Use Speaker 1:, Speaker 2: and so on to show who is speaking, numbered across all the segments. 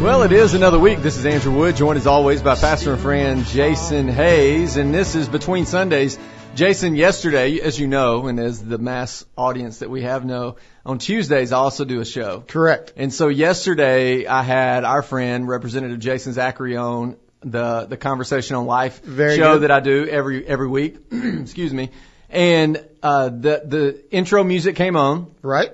Speaker 1: Well, it is another week. This is Andrew Wood, joined as always by pastor and friend Jason Hayes, and this is Between Sundays. Jason, yesterday, as you know, and as the mass audience that we have know, on Tuesdays I also do a show.
Speaker 2: Correct.
Speaker 1: And so yesterday I had our friend, Representative Jason Zachary on the, the Conversation on Life
Speaker 2: Very
Speaker 1: show
Speaker 2: good.
Speaker 1: that I do every, every week. Excuse me. And, uh, the, the intro music came on
Speaker 2: Right?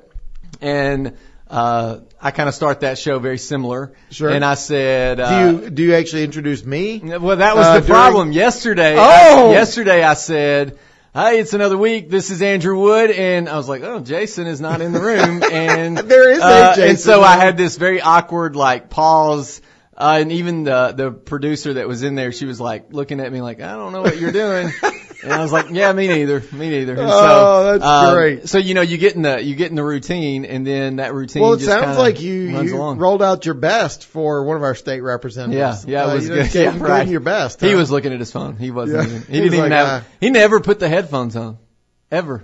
Speaker 1: and uh, I kind of start that show very similar.
Speaker 2: Sure.
Speaker 1: And I said,
Speaker 2: Do
Speaker 1: uh,
Speaker 2: you do you actually introduce me?
Speaker 1: well, that was
Speaker 2: uh,
Speaker 1: the
Speaker 2: during-
Speaker 1: problem yesterday.
Speaker 2: Oh!
Speaker 1: yesterday I said. Hey, it's another week. This is Andrew Wood, and I was like, "Oh, Jason is not in the room." And
Speaker 2: There is no
Speaker 1: uh,
Speaker 2: Jason.
Speaker 1: And so I had this very awkward like pause, uh, and even the the producer that was in there, she was like looking at me like, "I don't know what you're doing," and I was like, "Yeah, me neither, me neither." And
Speaker 2: Oh,
Speaker 1: so,
Speaker 2: that's
Speaker 1: um,
Speaker 2: great.
Speaker 1: So you know, you get in the you get in the routine, and then that routine.
Speaker 2: Well, it
Speaker 1: just
Speaker 2: sounds
Speaker 1: kinda
Speaker 2: like you,
Speaker 1: runs
Speaker 2: you
Speaker 1: along.
Speaker 2: rolled out your best for one of our state representatives.
Speaker 1: Yeah, yeah, it
Speaker 2: Uh,
Speaker 1: was
Speaker 2: you
Speaker 1: good.
Speaker 2: just gave
Speaker 1: Yeah,
Speaker 2: him
Speaker 1: right.
Speaker 2: doing your best.
Speaker 1: He
Speaker 2: huh?
Speaker 1: was looking at his phone. He wasn't.
Speaker 2: Yeah.
Speaker 1: Even, he,
Speaker 2: He
Speaker 1: didn't
Speaker 2: was
Speaker 1: even
Speaker 2: like,
Speaker 1: have.
Speaker 2: "Ah."
Speaker 1: He never put the headphones on, ever.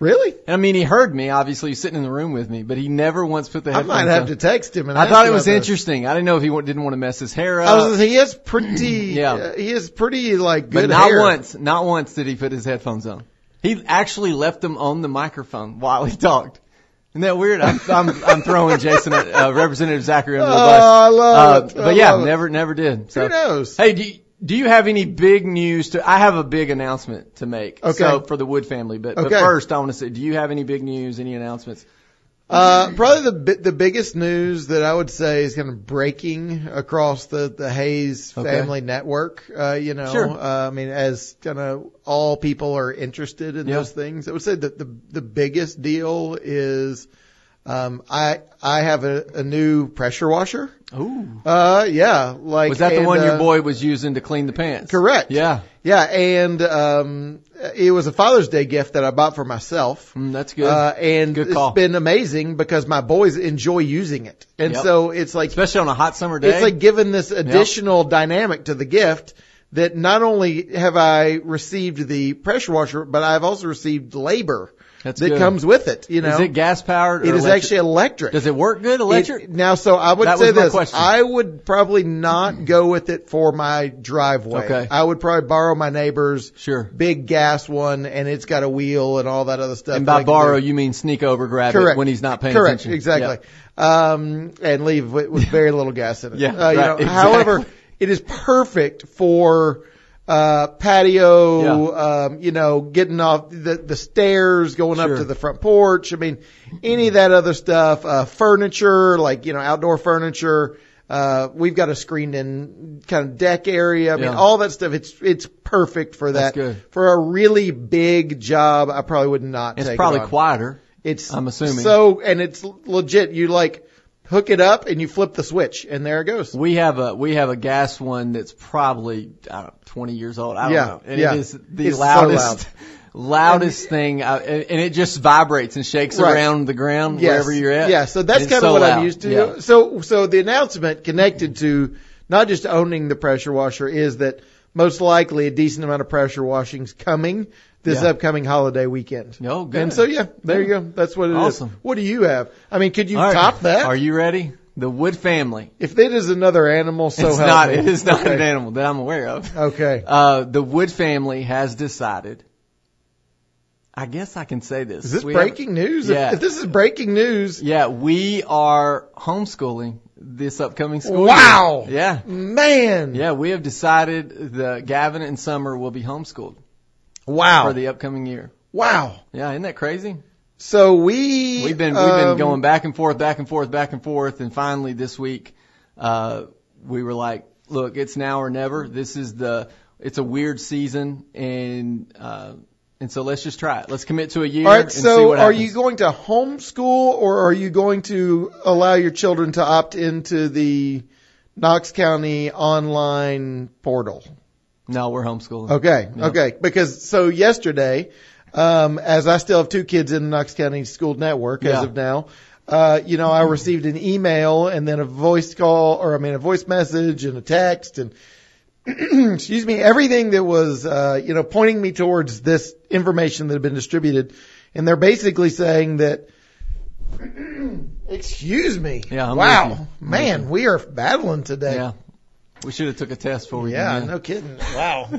Speaker 2: really.
Speaker 1: And I mean, he heard me. Obviously, he's sitting in the room with me, but he never once put the
Speaker 2: I
Speaker 1: headphones
Speaker 2: might have
Speaker 1: on.
Speaker 2: to text him. And
Speaker 1: I
Speaker 2: ask
Speaker 1: thought it
Speaker 2: about
Speaker 1: was
Speaker 2: this.
Speaker 1: interesting. I didn't know if he wa- didn't want to mess his hair up.
Speaker 2: I was gonna say, he is pretty.
Speaker 1: Yeah.
Speaker 2: uh, he is pretty like
Speaker 1: but
Speaker 2: good
Speaker 1: not
Speaker 2: hair.
Speaker 1: once, not once did he put his headphones on. He actually left them on the microphone while he talked. Isn't that weird? I'm I'm, I'm throwing Jason, uh, Representative Zachary under the
Speaker 2: Oh,
Speaker 1: bus.
Speaker 2: I love
Speaker 1: Uh,
Speaker 2: it. I
Speaker 1: but yeah,
Speaker 2: love it.
Speaker 1: never never did. So.
Speaker 2: Who knows?
Speaker 1: Hey, do you, do you have any big news to? I have a big announcement to make.
Speaker 2: Okay.
Speaker 1: So for the Wood family, but, but
Speaker 2: Okay.
Speaker 1: first I want to say, do you have any big news? Any announcements?
Speaker 2: Uh, probably the bi- the biggest news that I would say is kind of breaking across the the Hayes
Speaker 1: Okay.
Speaker 2: family network. Uh, you know,
Speaker 1: Sure.
Speaker 2: uh, I mean, as kind of all people are interested in
Speaker 1: Yeah.
Speaker 2: those things, I would say that the the biggest deal is, um, I I have a, a new pressure washer.
Speaker 1: Ooh.
Speaker 2: Uh, yeah, like
Speaker 1: Was that the
Speaker 2: and,
Speaker 1: one your
Speaker 2: uh,
Speaker 1: boy was using to clean the pants?
Speaker 2: Correct.
Speaker 1: Yeah.
Speaker 2: Yeah, and um, it was a Father's Day gift that I bought for myself.
Speaker 1: Mm, that's good.
Speaker 2: Uh, and
Speaker 1: Good
Speaker 2: it's
Speaker 1: call.
Speaker 2: been amazing because my boys enjoy using it. And
Speaker 1: Yep.
Speaker 2: so it's like,
Speaker 1: Especially on a hot summer day.
Speaker 2: it's like given this additional dynamic to the gift that not only have I received the pressure washer, but I've also received labor
Speaker 1: That's
Speaker 2: that
Speaker 1: good.
Speaker 2: comes with it. You know,
Speaker 1: is it gas powered?
Speaker 2: it is actually electric.
Speaker 1: Does it work good electric?
Speaker 2: It- now, so I would
Speaker 1: That
Speaker 2: say
Speaker 1: was my
Speaker 2: this:
Speaker 1: question.
Speaker 2: I would probably not go with it for my driveway.
Speaker 1: Okay.
Speaker 2: I would probably borrow my neighbor's
Speaker 1: Sure.
Speaker 2: big gas one, and it's got a wheel and all that other stuff.
Speaker 1: and
Speaker 2: that I
Speaker 1: by
Speaker 2: can
Speaker 1: borrow
Speaker 2: do.
Speaker 1: you mean sneak over, grab
Speaker 2: correct
Speaker 1: it when he's not paying
Speaker 2: correct,
Speaker 1: attention.
Speaker 2: exactly, um, and leave with, with very little gas in it.
Speaker 1: Yeah,
Speaker 2: Uh, you
Speaker 1: right,
Speaker 2: know,
Speaker 1: exactly.
Speaker 2: However, it is perfect for. Uh, patio, um, you know, getting off the, the stairs, going
Speaker 1: Sure.
Speaker 2: up to the front porch. I mean, any of that other stuff, uh, furniture, like, you know, outdoor furniture. Uh, we've got a screened in kind of deck area. I mean,
Speaker 1: Yeah.
Speaker 2: all that stuff. It's, it's perfect for
Speaker 1: That's
Speaker 2: that.
Speaker 1: good.
Speaker 2: For a really big job, I probably would not
Speaker 1: It's
Speaker 2: take
Speaker 1: probably
Speaker 2: it on.
Speaker 1: quieter.
Speaker 2: It's
Speaker 1: I'm assuming.
Speaker 2: so, and it's l- legit. You like hook it up and you flip the switch, and there it goes.
Speaker 1: We have a we have a gas one that's probably I don't know, 20 years old. I don't
Speaker 2: Yeah,
Speaker 1: know, and
Speaker 2: yeah.
Speaker 1: it is the
Speaker 2: It's so
Speaker 1: loudest
Speaker 2: loud.
Speaker 1: loudest thing, I, and, and it just vibrates and shakes
Speaker 2: Right.
Speaker 1: around the ground
Speaker 2: Yes.
Speaker 1: wherever you're at.
Speaker 2: Yeah, so that's
Speaker 1: It's
Speaker 2: kind of
Speaker 1: so
Speaker 2: what
Speaker 1: loud.
Speaker 2: I'm used to.
Speaker 1: Yeah.
Speaker 2: So, so the announcement connected to not just owning the pressure washer is that most likely a decent amount of pressure washing's coming this
Speaker 1: Yeah.
Speaker 2: upcoming holiday weekend.
Speaker 1: Oh, good.
Speaker 2: And so, yeah, there you go. That's what it is.
Speaker 1: Awesome.
Speaker 2: What do you have? I mean, could you
Speaker 1: All right.
Speaker 2: top that?
Speaker 1: Are you ready? The Wood family.
Speaker 2: if it is another animal, so
Speaker 1: it's
Speaker 2: help
Speaker 1: not.
Speaker 2: me.
Speaker 1: It is not
Speaker 2: Okay.
Speaker 1: an animal that I'm aware of.
Speaker 2: Okay.
Speaker 1: Uh, the Wood family has decided. I guess I can say this.
Speaker 2: Is this
Speaker 1: We haven't-
Speaker 2: breaking news? If-
Speaker 1: Yeah.
Speaker 2: If, this is breaking news,
Speaker 1: Yeah, we are homeschooling this upcoming school.
Speaker 2: Wow.
Speaker 1: Year. Yeah.
Speaker 2: man.
Speaker 1: Yeah, we have decided that Gavin and Summer will be homeschooled
Speaker 2: Wow.
Speaker 1: for the upcoming year.
Speaker 2: Wow.
Speaker 1: Yeah, isn't that crazy?
Speaker 2: So we
Speaker 1: We've been we've been
Speaker 2: um,
Speaker 1: going back and forth, back and forth, back and forth, and finally this week, uh, we were like, look, it's now or never. This is the it's a weird season, and uh, and so let's just try it. Let's commit to a year.
Speaker 2: All right.
Speaker 1: and see
Speaker 2: So
Speaker 1: what
Speaker 2: are
Speaker 1: happens.
Speaker 2: you going to homeschool or are you going to allow your children to opt into the Knox County online portal?
Speaker 1: No, we're homeschooling.
Speaker 2: Okay.
Speaker 1: Yeah.
Speaker 2: Okay. Because so yesterday, um, as I still have two kids in the Knox County School Network as
Speaker 1: Yeah.
Speaker 2: of now, uh, you know, I received an email and then a voice call, or I mean, a voice message and a text and excuse me, everything that was, uh, you know, pointing me towards this information that had been distributed. And they're basically saying that Excuse me.
Speaker 1: Yeah, I'm
Speaker 2: wow,
Speaker 1: with you. I'm
Speaker 2: man, we are battling today.
Speaker 1: Yeah. We should have took a test before we
Speaker 2: Oh, Yeah,
Speaker 1: came in.
Speaker 2: no kidding. Wow.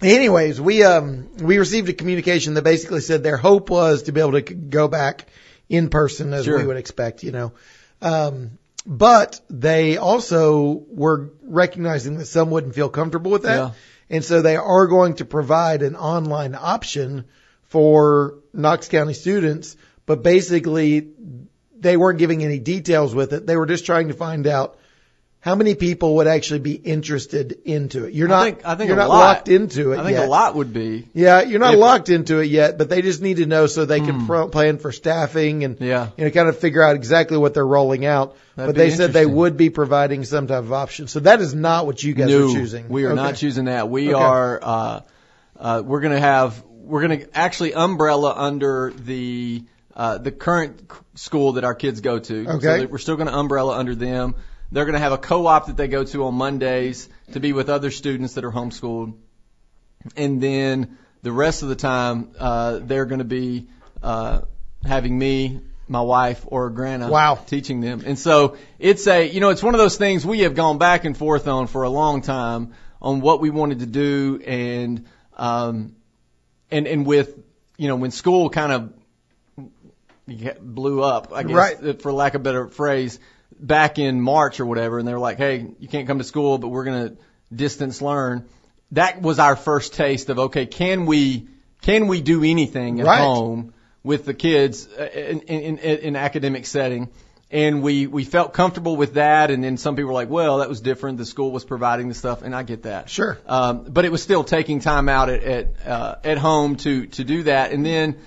Speaker 2: Anyways, we um we received a communication that basically said their hope was to be able to c- go back in person as
Speaker 1: Sure.
Speaker 2: we would expect, you know. Um, but they also were recognizing that some wouldn't feel comfortable with that,
Speaker 1: Yeah.
Speaker 2: and so they are going to provide an online option for Knox County students. But basically, they weren't giving any details with it. They were just trying to find out how many people would actually be interested into it. You're
Speaker 1: I
Speaker 2: not,
Speaker 1: think- I think
Speaker 2: you're
Speaker 1: a
Speaker 2: not
Speaker 1: lot.
Speaker 2: locked into it
Speaker 1: I think
Speaker 2: yet.
Speaker 1: a lot would be.
Speaker 2: Yeah, you're not
Speaker 1: If- Hmm.
Speaker 2: locked into it yet, but they just need to know so they can pro- plan for staffing and
Speaker 1: Yeah.
Speaker 2: you know kind of figure out exactly what they're rolling out.
Speaker 1: That'd
Speaker 2: but they
Speaker 1: be
Speaker 2: said they
Speaker 1: interesting.
Speaker 2: would be providing some type of option. So that is not what you guys
Speaker 1: no,
Speaker 2: are choosing.
Speaker 1: we are not
Speaker 2: Okay.
Speaker 1: choosing that. We
Speaker 2: Okay.
Speaker 1: are. Uh, uh, we're going to have. We're going to actually umbrella under the uh, the current c- school that our kids go to. So
Speaker 2: Okay.
Speaker 1: that we're still going to umbrella under them. They're going to have a co-op that they go to on Mondays to be with other students that are homeschooled, and then the rest of the time uh, they're going to be uh, having me. My wife or Grana
Speaker 2: Wow.
Speaker 1: teaching them. And so it's a, you know, it's one of those things we have gone back and forth on for a long time on what we wanted to do and, um, and, and with, you know, when school kind of get- blew up, I guess,
Speaker 2: Right.
Speaker 1: uh, for lack of a better phrase, back in March or whatever, and they were like, hey, you can't come to school, but we're going to distance learn. That was our first taste of, okay, can we, can we do anything at
Speaker 2: Right.
Speaker 1: home with the kids uh, in, in, in, in academic setting? And we, we felt comfortable with that. And then some people were like, well, that was different. The school was providing the stuff. And I get that.
Speaker 2: Sure.
Speaker 1: Um, but it was still taking time out at at, uh, at home to to do that. And then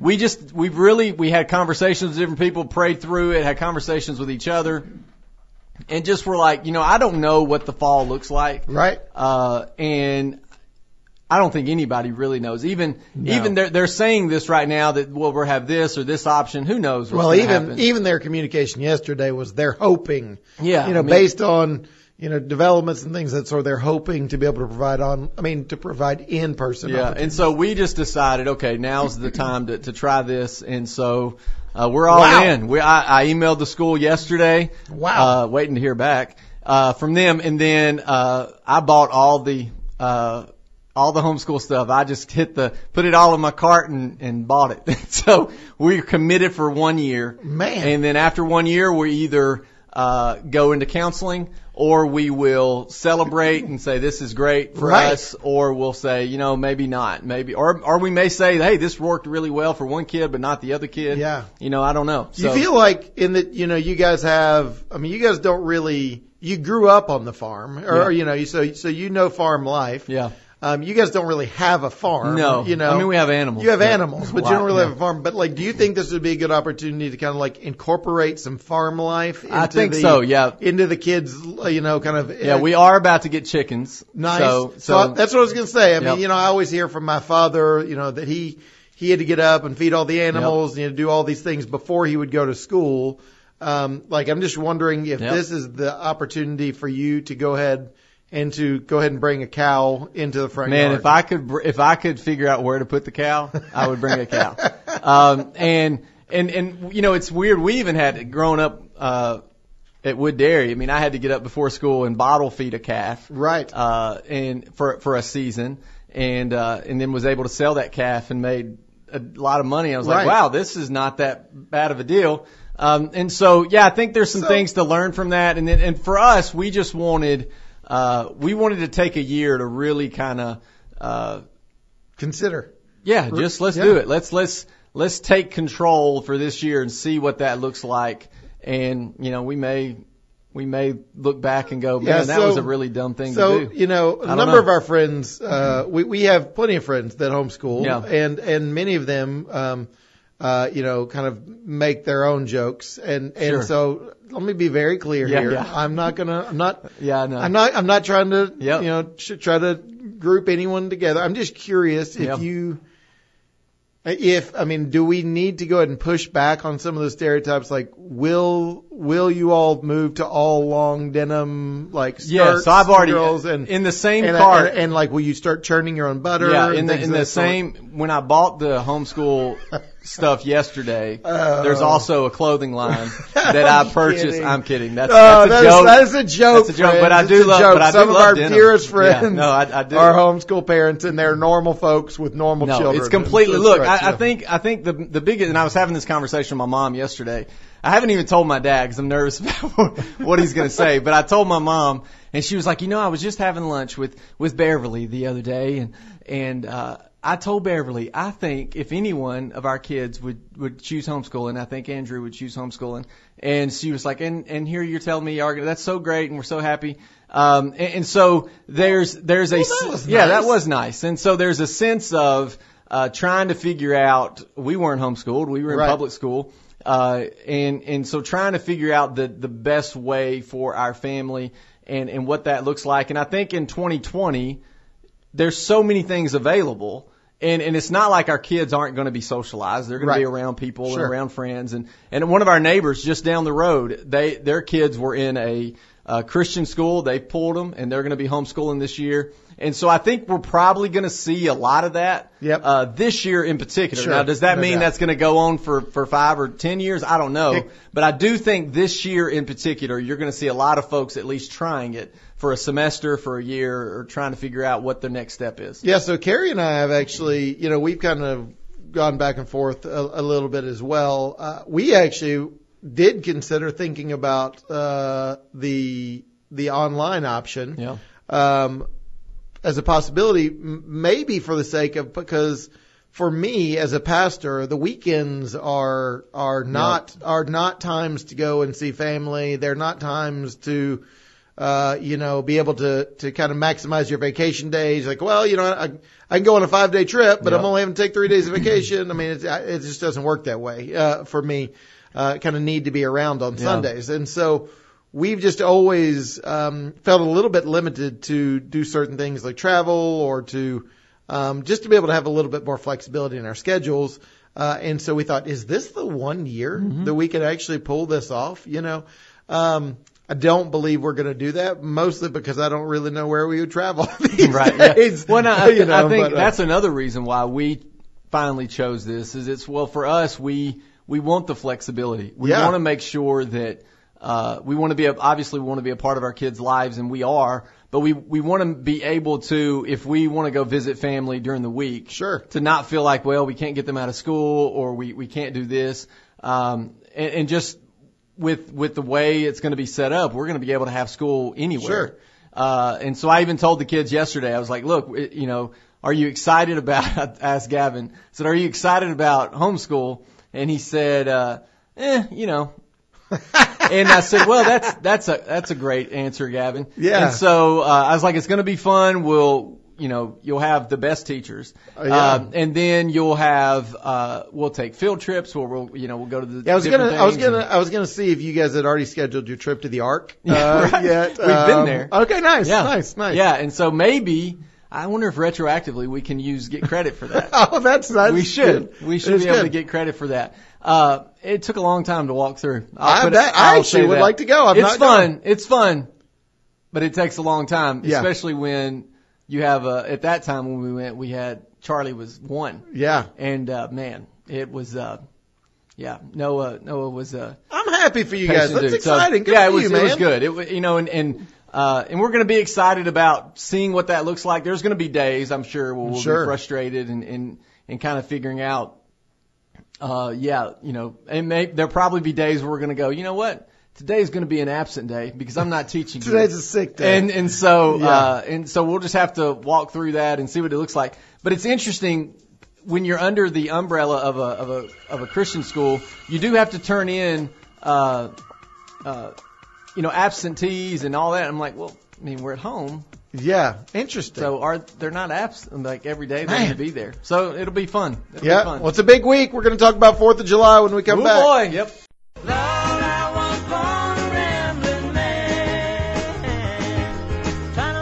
Speaker 1: we just we've really we had conversations with different people, prayed through it, had conversations with each other, and just were like, you know, I don't know what the fall looks like,
Speaker 2: Right.
Speaker 1: uh, and I don't think anybody really knows. Even
Speaker 2: No.
Speaker 1: even they're they're saying this right now that well we'll have this or this option. Who knows? What's
Speaker 2: Well,
Speaker 1: gonna
Speaker 2: even
Speaker 1: happen.
Speaker 2: even their communication yesterday was they're hoping,
Speaker 1: yeah,
Speaker 2: you know,
Speaker 1: I mean,
Speaker 2: based on you know developments and things that sort. Of they're hoping to be able to provide on. I mean, to provide in person.
Speaker 1: Yeah, and so we just decided, okay, now's the time to, to try this, and so uh, we're all
Speaker 2: Wow.
Speaker 1: in. We I, I emailed the school yesterday.
Speaker 2: Wow.
Speaker 1: Uh, waiting to hear back uh, from them, and then uh, I bought all the uh, all the homeschool stuff. I just hit the put it all in my cart and and bought it. so we're committed for one year.
Speaker 2: Man.
Speaker 1: And then after one year, we either uh, go into counseling or we will celebrate and say this is great for
Speaker 2: Right.
Speaker 1: us, or we'll say you know maybe not, maybe or or we may say hey this worked really well for one kid but not the other kid.
Speaker 2: Yeah.
Speaker 1: You know I don't know.
Speaker 2: You
Speaker 1: So,
Speaker 2: feel like in that, you know, you guys have, I mean, you guys don't really, you grew up on the farm or,
Speaker 1: Yeah.
Speaker 2: you know, you, so, so you know farm life.
Speaker 1: yeah.
Speaker 2: Um, you guys don't really have a farm.
Speaker 1: No.
Speaker 2: You know,
Speaker 1: I mean we have animals.
Speaker 2: you have
Speaker 1: but-
Speaker 2: animals, but you
Speaker 1: Wow,
Speaker 2: don't really
Speaker 1: yeah.
Speaker 2: have a farm. But like, do you think this would be a good opportunity to kind of like incorporate some farm life? Into
Speaker 1: I think
Speaker 2: the,
Speaker 1: so. Yeah.
Speaker 2: Into the kids, you know, kind of. uh,
Speaker 1: Yeah, we are about to get chickens.
Speaker 2: Nice.
Speaker 1: So, so,
Speaker 2: I- that's what I was gonna say. I
Speaker 1: Yep.
Speaker 2: mean, you know, I always hear from my father, you know, that he he had to get up and feed all the animals, and you know, do all these things before he would go to school. Um, like I'm just wondering if
Speaker 1: Yep.
Speaker 2: this is the opportunity for you to go ahead and to go ahead and bring a cow into the front
Speaker 1: man,
Speaker 2: yard.
Speaker 1: if I could, br- if I could figure out where to put the cow, I would bring a cow. um, and and and you know, it's weird. We even had growing up uh, at Wood Dairy. I mean, I had to get up before school and bottle feed a calf
Speaker 2: right.
Speaker 1: uh, and for for a season, and uh, and then was able to sell that calf and made a lot of money. I was like,
Speaker 2: Right.
Speaker 1: wow, this is not that bad of a deal. Um, and so yeah, I think there's some
Speaker 2: So-
Speaker 1: things to learn from that. And then and for us, we just wanted uh, we wanted to take a year to really kind of uh,
Speaker 2: Consider.
Speaker 1: yeah,
Speaker 2: R-
Speaker 1: just let's
Speaker 2: yeah.
Speaker 1: do it. Let's let's let's take control for this year and see what that looks like. And you know, we may we may look back and go, man,
Speaker 2: Yeah,
Speaker 1: that was
Speaker 2: so-
Speaker 1: a really dumb thing
Speaker 2: So
Speaker 1: to do.
Speaker 2: you know,
Speaker 1: I
Speaker 2: a
Speaker 1: don't
Speaker 2: number
Speaker 1: know.
Speaker 2: of our friends, uh, we we have plenty of friends that homeschool,
Speaker 1: Yeah.
Speaker 2: and and many of them, um, uh, you know, kind of make their own jokes, and and
Speaker 1: Sure.
Speaker 2: so let me be very clear
Speaker 1: Yeah,
Speaker 2: here.
Speaker 1: yeah.
Speaker 2: I'm not gonna, I'm not,
Speaker 1: Yeah, I know.
Speaker 2: I'm not, I'm not trying to,
Speaker 1: Yep.
Speaker 2: you know, sh- try to group anyone together. I'm just curious if
Speaker 1: Yeah.
Speaker 2: you. If I mean, do we need to go ahead and push back on some of those stereotypes? Like, will will you all move to all long denim like
Speaker 1: Yeah,
Speaker 2: skirts?
Speaker 1: so I've already
Speaker 2: girls and
Speaker 1: in the same
Speaker 2: and,
Speaker 1: cart.
Speaker 2: and, and like, will you start churning your own butter?
Speaker 1: yeah,
Speaker 2: and
Speaker 1: in the
Speaker 2: things
Speaker 1: in
Speaker 2: of
Speaker 1: the
Speaker 2: that sort?
Speaker 1: same when I bought the homeschool stuff yesterday.
Speaker 2: Oh.
Speaker 1: There's also a clothing line that I
Speaker 2: I'm
Speaker 1: purchased.
Speaker 2: kidding.
Speaker 1: I'm kidding. That's,
Speaker 2: Oh,
Speaker 1: that's
Speaker 2: that
Speaker 1: a
Speaker 2: is-
Speaker 1: joke.
Speaker 2: that is a joke.
Speaker 1: That's a joke,
Speaker 2: friends.
Speaker 1: but I
Speaker 2: It's
Speaker 1: do
Speaker 2: a
Speaker 1: love-
Speaker 2: joke.
Speaker 1: but I do
Speaker 2: Some of
Speaker 1: love
Speaker 2: our
Speaker 1: denim.
Speaker 2: dearest
Speaker 1: Yeah,
Speaker 2: friends
Speaker 1: no, I- I do.
Speaker 2: are homeschool parents and they're normal folks with normal
Speaker 1: no,
Speaker 2: children.
Speaker 1: it's completely.
Speaker 2: That's
Speaker 1: look,
Speaker 2: right,
Speaker 1: I, I
Speaker 2: yeah.
Speaker 1: think I think the the biggest, and I was having this conversation with my mom yesterday. I haven't even told my dad because I'm nervous about what he's going to say. But I told my mom, and she was like, you know, I was just having lunch with with Beverly the other day, and and uh, I told Beverly, I think if any one of our kids would would choose homeschooling, I think Andrew would choose homeschooling. And she was like, and and here you're telling me you are gonna that's so great, and we're so happy. Um, and, and so there's there's a
Speaker 2: that was
Speaker 1: yeah that
Speaker 2: nice.
Speaker 1: was was nice. And so there's a sense of uh, trying to figure out. We weren't homeschooled. We were in
Speaker 2: Right.
Speaker 1: public school. Uh, and, and so trying to figure out the, the best way for our family and, and what that looks like. And I think in 2020, there's so many things available. And, and it's not like our kids aren't going to be socialized. They're going to be
Speaker 2: Right.
Speaker 1: around people
Speaker 2: Sure.
Speaker 1: and around friends. And, and one of our neighbors just down the road, they, their kids were in a, uh Christian school. They pulled them and they're going to be homeschooling this year. And so I think we're probably going to see a lot of that.
Speaker 2: Yep.
Speaker 1: Uh, this year in particular.
Speaker 2: Sure.
Speaker 1: Now, does that
Speaker 2: No
Speaker 1: mean
Speaker 2: doubt.
Speaker 1: that's going to go on for, for five or 10 years? I don't know.
Speaker 2: It-
Speaker 1: but I do think this year in particular, you're going to see a lot of folks at least trying it for a semester, for a year, or trying to figure out what their next step is.
Speaker 2: Yeah, so Carrie and I have actually, you know, we've kind of gone back and forth a, a little bit as well. Uh, we actually did consider thinking about uh, the the online option
Speaker 1: Yeah.
Speaker 2: um, as a possibility, m- maybe for the sake of because for me as a pastor, the weekends are are not are not times to go and see family. They're not times to uh, you know, be able to, to kind of maximize your vacation days. Like, well, you know, I, I can go on a five day trip, but I'm
Speaker 1: Yeah.
Speaker 2: only having to take three days of vacation. I mean, it's, I- it just doesn't work that way, uh, for me. Uh, kind of need to be around on
Speaker 1: Yeah.
Speaker 2: Sundays. And so we've just always, um, felt a little bit limited to do certain things like travel or to, um, just to be able to have a little bit more flexibility in our schedules. Uh, and so we thought, is this the one year
Speaker 1: Mm-hmm.
Speaker 2: that we could actually pull this off? You know, um, I don't believe we're going to do that, mostly because I don't really know where we would travel these
Speaker 1: right. Yeah.
Speaker 2: days.
Speaker 1: Well, no, I,
Speaker 2: You know,
Speaker 1: I think
Speaker 2: but, uh,
Speaker 1: that's another reason why we finally chose this. Is it's well for us we we want the flexibility. We
Speaker 2: Yeah.
Speaker 1: want to make sure that uh, we want to be a, obviously we want to be a part of our kids' lives, and we are. But we we want to be able to if we want to go visit family during the week,
Speaker 2: Sure.
Speaker 1: to not feel like well we can't get them out of school or we we can't do this, um, and, and just with with the way it's going to be set up, we're going to be able to have school anywhere.
Speaker 2: Sure.
Speaker 1: Uh, and so I even told the kids yesterday, I was like, look, it- you know, are you excited about, I asked Gavin, I said, are you excited about homeschool? And he said, uh, eh, you know. and I said, well, that's, that's a, that's a great answer, Gavin.
Speaker 2: Yeah.
Speaker 1: And so, uh, I was like, it's going to be fun. We'll, you know, you'll have the best teachers.
Speaker 2: Oh, yeah.
Speaker 1: Um, and then you'll have, uh, we'll take field trips where we'll, you know, we'll go to the,
Speaker 2: Yeah, I was
Speaker 1: different
Speaker 2: gonna, I was
Speaker 1: things and-
Speaker 2: gonna, I was gonna see if you guys had already scheduled your trip to the Ark.
Speaker 1: Yeah,
Speaker 2: uh,
Speaker 1: right.
Speaker 2: yet.
Speaker 1: We've been
Speaker 2: Um,
Speaker 1: there.
Speaker 2: Okay, nice,
Speaker 1: Yeah.
Speaker 2: nice, nice.
Speaker 1: Yeah, and so maybe I wonder if retroactively we can use get credit for that.
Speaker 2: Oh, that's that's
Speaker 1: we should.
Speaker 2: good.
Speaker 1: We should
Speaker 2: That's
Speaker 1: be able to
Speaker 2: good.
Speaker 1: get credit for that. Uh, it took a long time to walk through. I'll
Speaker 2: I
Speaker 1: put
Speaker 2: bet- I
Speaker 1: I'll
Speaker 2: actually
Speaker 1: say
Speaker 2: would
Speaker 1: that.
Speaker 2: like to go. I've
Speaker 1: it's
Speaker 2: not
Speaker 1: fun. It's fun, but it takes a long time,
Speaker 2: Yeah.
Speaker 1: especially when you have a. At that time when we went, we had Charlie was one,
Speaker 2: Yeah,
Speaker 1: and uh, man, it was. Uh, yeah, Noah. Noah was. Uh,
Speaker 2: I'm happy for you guys.
Speaker 1: Patience
Speaker 2: That's
Speaker 1: do. So,
Speaker 2: exciting. Good
Speaker 1: yeah,
Speaker 2: for
Speaker 1: it was
Speaker 2: you,
Speaker 1: it
Speaker 2: man.
Speaker 1: was good. It wa- you know, and and uh, and we're going to be excited about seeing what that looks like. There's going to be days, I'm sure, where we'll
Speaker 2: Sure.
Speaker 1: be frustrated and and and kind of figuring out. Uh, yeah, you know, and may, there'll probably be days where we're going to go. You know what? Today's going to be an absent day because I'm not teaching. you."
Speaker 2: Today's a sick day.
Speaker 1: And and so uh,
Speaker 2: Yeah.
Speaker 1: and so we'll just have to walk through that and see what it looks like. But it's interesting when you're under the umbrella of a of a of a Christian school, you do have to turn in uh, uh, you know absentees and all that. I'm like, well, I mean, we're at home,
Speaker 2: Yeah, interesting.
Speaker 1: so are they're not absent like every day they're going
Speaker 2: Man.
Speaker 1: to be there. So it'll be fun. It'll
Speaker 2: yeah,
Speaker 1: be fun.
Speaker 2: well, it's a big week. We're gonna talk about Fourth of July when we come
Speaker 1: Ooh,
Speaker 2: back.
Speaker 1: boy. Yep.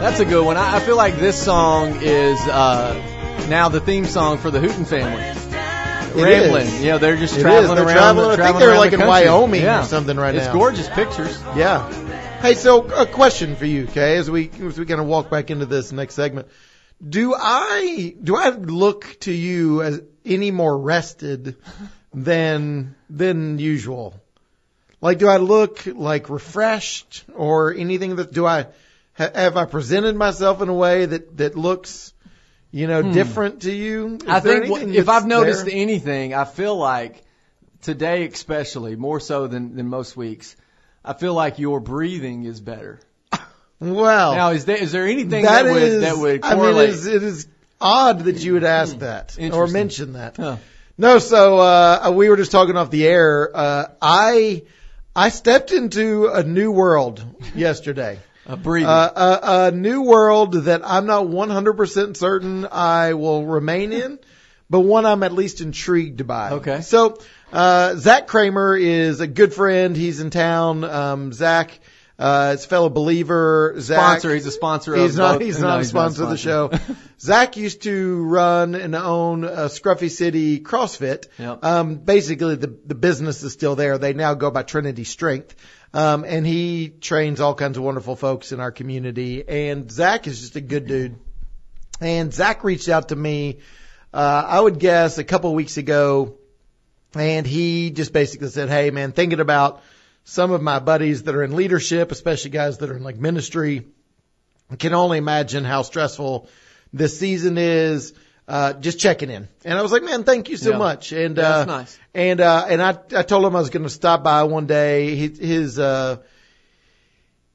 Speaker 1: That's a good one. I, I feel like this song is uh, now the theme song for the Hooten family.
Speaker 2: It
Speaker 1: Rambling.
Speaker 2: is.
Speaker 1: Yeah, they're just
Speaker 2: It is.
Speaker 1: traveling
Speaker 2: They're
Speaker 1: around.
Speaker 2: traveling. I think
Speaker 1: traveling
Speaker 2: they're
Speaker 1: around
Speaker 2: like
Speaker 1: the
Speaker 2: in
Speaker 1: country.
Speaker 2: Wyoming or
Speaker 1: Yeah.
Speaker 2: something right now.
Speaker 1: It's gorgeous pictures.
Speaker 2: Yeah. Hey, so a question for you, Kay, as we as we kind of walk back into this next segment. Do I do I look to you as any more rested than than usual? Like, do I look like refreshed or anything that do I ha- have I presented myself in a way that that looks, you know, different to you? Is
Speaker 1: Hmm. I
Speaker 2: there
Speaker 1: think what-
Speaker 2: anything
Speaker 1: if
Speaker 2: that's
Speaker 1: I've noticed
Speaker 2: there?
Speaker 1: anything, I feel like today, especially more so than than most weeks, I feel like your breathing is better.
Speaker 2: well,
Speaker 1: Now, is there is there anything
Speaker 2: Oh. that
Speaker 1: that, would
Speaker 2: is
Speaker 1: that would
Speaker 2: I mean,
Speaker 1: correlate? Hmm.
Speaker 2: it is, it is odd that you would ask that or
Speaker 1: Interesting.
Speaker 2: mention that.
Speaker 1: Huh.
Speaker 2: No, so uh, we were just talking off the air. Uh, I I stepped into a new world yesterday.
Speaker 1: Uh, breathing.
Speaker 2: Uh, a, a new world that I'm not 100% certain I will remain in, but one I'm at least intrigued by.
Speaker 1: Okay.
Speaker 2: So, uh, Zach Kramer is a good friend. He's in town. Um, Zach, uh, is a fellow believer. Zach,
Speaker 1: sponsor. He's a sponsor.
Speaker 2: He's
Speaker 1: of
Speaker 2: not.
Speaker 1: both-
Speaker 2: He's
Speaker 1: no,
Speaker 2: not a sponsor of the show. Zach used to run and own uh, Scruffy City CrossFit.
Speaker 1: Yep.
Speaker 2: Um, basically, the the business is still there. They now go by Trinity Strength. Um, and he trains all kinds of wonderful folks in our community. And Zach is just a good dude. And Zach reached out to me. Uh, I would guess a couple weeks ago, and he just basically said, "Hey, man, thinking about." Some of my buddies that are in leadership, especially guys that are in like ministry, can only imagine how stressful this season is. Uh, just checking in, and I was like, "Man, thank you so
Speaker 1: Yeah.
Speaker 2: much." And
Speaker 1: Yeah,
Speaker 2: uh,
Speaker 1: that's nice.
Speaker 2: and uh, and I I told him I was going to stop by one day. He, his uh,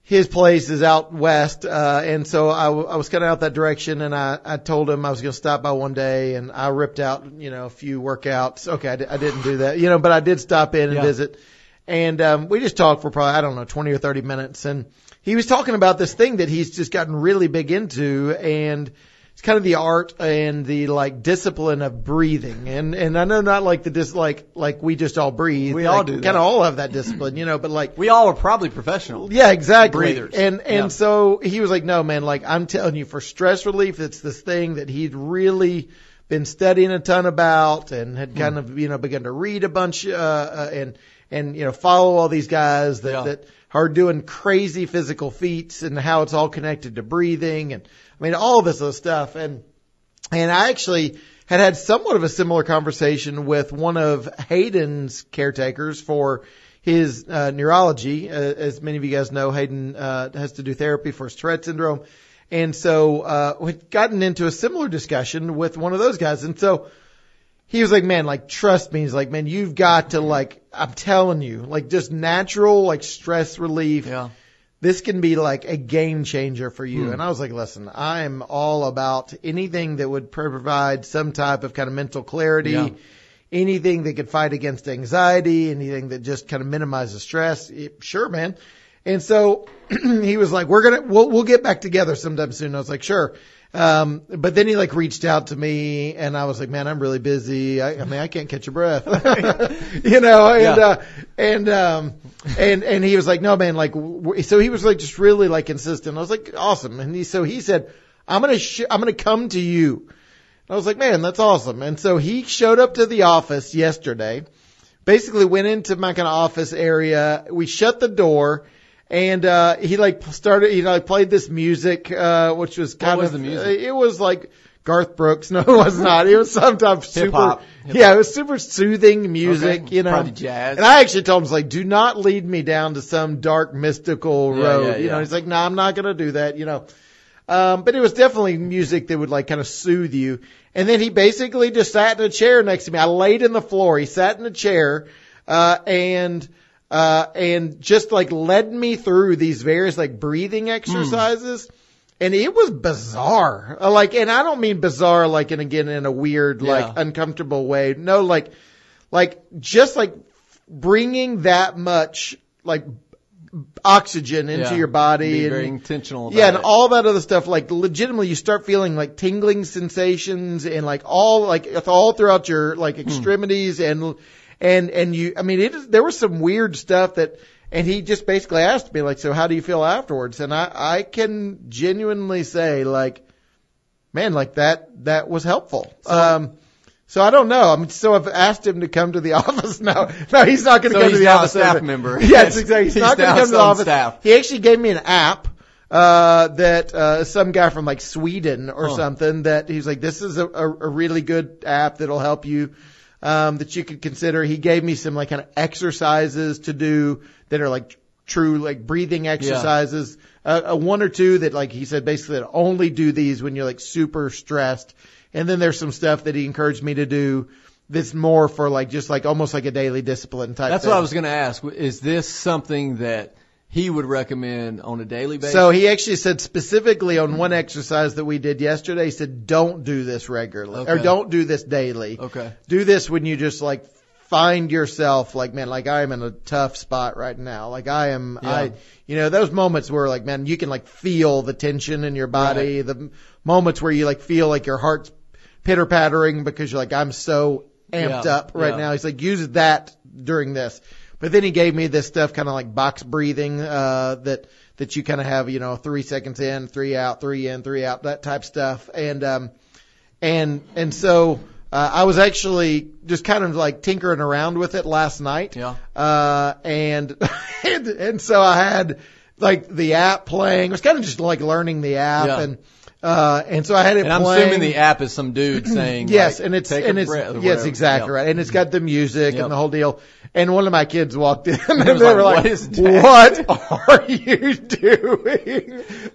Speaker 2: his place is out west, uh, and so I, w- I was kind of out that direction, and I I told him I was going to stop by one day, and I ripped out you know a few workouts. Okay, I, di- I didn't do that, you know, but I did stop in and
Speaker 1: Yeah.
Speaker 2: visit, and um, we just talked for probably I don't know twenty or thirty minutes, and he was talking about this thing that he's just gotten really big into, and it's kind of the art and the like discipline of breathing, and and I know not like the dis like like we just all breathe,
Speaker 1: We all
Speaker 2: Like,
Speaker 1: do
Speaker 2: kind
Speaker 1: that.
Speaker 2: of all have that discipline, you know, but like
Speaker 1: We all are probably professional.
Speaker 2: yeah, exactly.
Speaker 1: Breathers.
Speaker 2: And and
Speaker 1: Yeah.
Speaker 2: so he was like, no, man, like I'm telling you, for stress relief, it's this thing that he'd really been studying a ton about and had
Speaker 1: Hmm.
Speaker 2: kind of you know begun to read a bunch uh, uh, and and you know follow all these guys that
Speaker 1: Yeah.
Speaker 2: that are doing crazy physical feats and how it's all connected to breathing and I mean all this other stuff and and I actually had had somewhat of a similar conversation with one of Hayden's caretakers for his uh, neurology. Uh, as many of you guys know, Hayden uh, has to do therapy for his Tourette syndrome. And so uh, we'd gotten into a similar discussion with one of those guys. And so he was like, man, like, trust me. He's like, man, you've got to, like, I'm telling you, like, just natural, like, stress relief
Speaker 1: Yeah. Hmm.
Speaker 2: this can be like a game changer for you. And I was like, listen, I'm all about anything that would provide some type of kind of mental clarity,
Speaker 1: Yeah.
Speaker 2: anything that could fight against anxiety, anything that just kind of minimizes stress. It- sure, man. And so he was like, we're going to, we'll, we'll get back together sometime soon. I was like, sure. Um, but then he like reached out to me and I was like, man, I'm really busy. I, I mean, I can't catch a breath, you know, and,
Speaker 1: Yeah.
Speaker 2: uh, and, um, and, and he was like, no, man, like, w- w- so he was like, just really like insistent. I was like, awesome. And he, so he said, I'm going to, sh- I'm going to come to you. I was like, man, that's awesome. And so he showed up to the office yesterday, basically went into my kind of office area. We shut the door and, uh, he like started, you know, like played this music, uh, which was kind
Speaker 1: was
Speaker 2: of,
Speaker 1: the music?
Speaker 2: uh, it was like Garth Brooks. No, it was not. It was sometimes super,
Speaker 1: Hip-hop.
Speaker 2: yeah, it was super soothing music,
Speaker 1: Okay.
Speaker 2: you know,
Speaker 1: Probably jazz.
Speaker 2: And I actually told him, I was like, do not lead me down to some dark mystical
Speaker 1: Yeah,
Speaker 2: road.
Speaker 1: yeah,
Speaker 2: you know,
Speaker 1: yeah.
Speaker 2: he's like, no, I'm not going to do that, you know. Um, but it was definitely music that would like kind of soothe you. And then he basically just sat in a chair next to me. I laid in the floor. He sat in a chair, uh, and, uh, and just like led me through these various like breathing
Speaker 1: Hmm.
Speaker 2: exercises. And it was bizarre. Uh, Like, and I don't mean bizarre, like, and again, in a weird, like,
Speaker 1: Yeah.
Speaker 2: uncomfortable way. No, like, like, just like bringing that much, like, oxygen into
Speaker 1: Yeah.
Speaker 2: your body.
Speaker 1: Be
Speaker 2: and,
Speaker 1: very intentional. About
Speaker 2: yeah, and
Speaker 1: it.
Speaker 2: all that other stuff, like legitimately, you start feeling like tingling sensations and like all like it's all throughout your like
Speaker 1: Hmm.
Speaker 2: extremities and and and you. I mean, it is there was some weird stuff that. And he just basically asked me like, so how do you feel afterwards? And I I can genuinely say like, man, like that that was helpful. um. So I don't know. I'm so I've asked him to come to the office now. No, he's not going to
Speaker 1: So
Speaker 2: come
Speaker 1: he's
Speaker 2: to the
Speaker 1: now a
Speaker 2: office.
Speaker 1: staff member.
Speaker 2: Yes, exactly. He's,
Speaker 1: He's
Speaker 2: not going to
Speaker 1: now
Speaker 2: come to the
Speaker 1: on
Speaker 2: office.
Speaker 1: staff.
Speaker 2: He actually gave me an app uh that uh some guy from like Sweden or something that he's like this is a, a, a really good app that'll help you um, that you could consider. He gave me some like kind of exercises to do that are like true like breathing exercises. Uh, uh, one or two that like he said basically that only do these when you're like super stressed. And then there's some stuff that he encouraged me to do that's more for like just like almost like a daily discipline type.
Speaker 1: That's
Speaker 2: thing.
Speaker 1: what I was going to ask. Is this something that he would recommend on a daily basis?
Speaker 2: So he actually said specifically on one exercise that we did yesterday, he said, don't do this regularly or
Speaker 1: Okay.
Speaker 2: don't do this daily.
Speaker 1: okay.
Speaker 2: Do this when you just like find yourself like, man, like I am in a tough spot right now. Like I am,
Speaker 1: Yeah.
Speaker 2: I, you know, those moments where like, man, you can like feel the tension in your body, the m- moments where you like feel like your heart's pitter pattering because you're like, I'm so amped
Speaker 1: Yeah,
Speaker 2: up right
Speaker 1: yeah.
Speaker 2: now. He's like, use that during this. But then he gave me this stuff kind of like box breathing, uh, that, that you kind of have, you know, three seconds in, three out, three in, three out, that type stuff. And, um, and, and so, uh, I was actually just kind of like tinkering around with it last night.
Speaker 1: Yeah.
Speaker 2: Uh, and, and, and so I had like the app playing. It was kind of just like learning the app
Speaker 1: Yeah.
Speaker 2: and, uh, and so I had it
Speaker 1: And I'm
Speaker 2: playing.
Speaker 1: assuming the app is some dude saying,
Speaker 2: Yes,
Speaker 1: like,
Speaker 2: and it's
Speaker 1: take
Speaker 2: and
Speaker 1: a
Speaker 2: it's
Speaker 1: breath or
Speaker 2: yes,
Speaker 1: whatever.
Speaker 2: exactly
Speaker 1: Yeah.
Speaker 2: right, and it's got the music
Speaker 1: Yep.
Speaker 2: and the whole deal. And one of my kids walked in, and
Speaker 1: was
Speaker 2: they were
Speaker 1: like,
Speaker 2: like,
Speaker 1: "What is that?"
Speaker 2: "What are you doing?" Uh, There's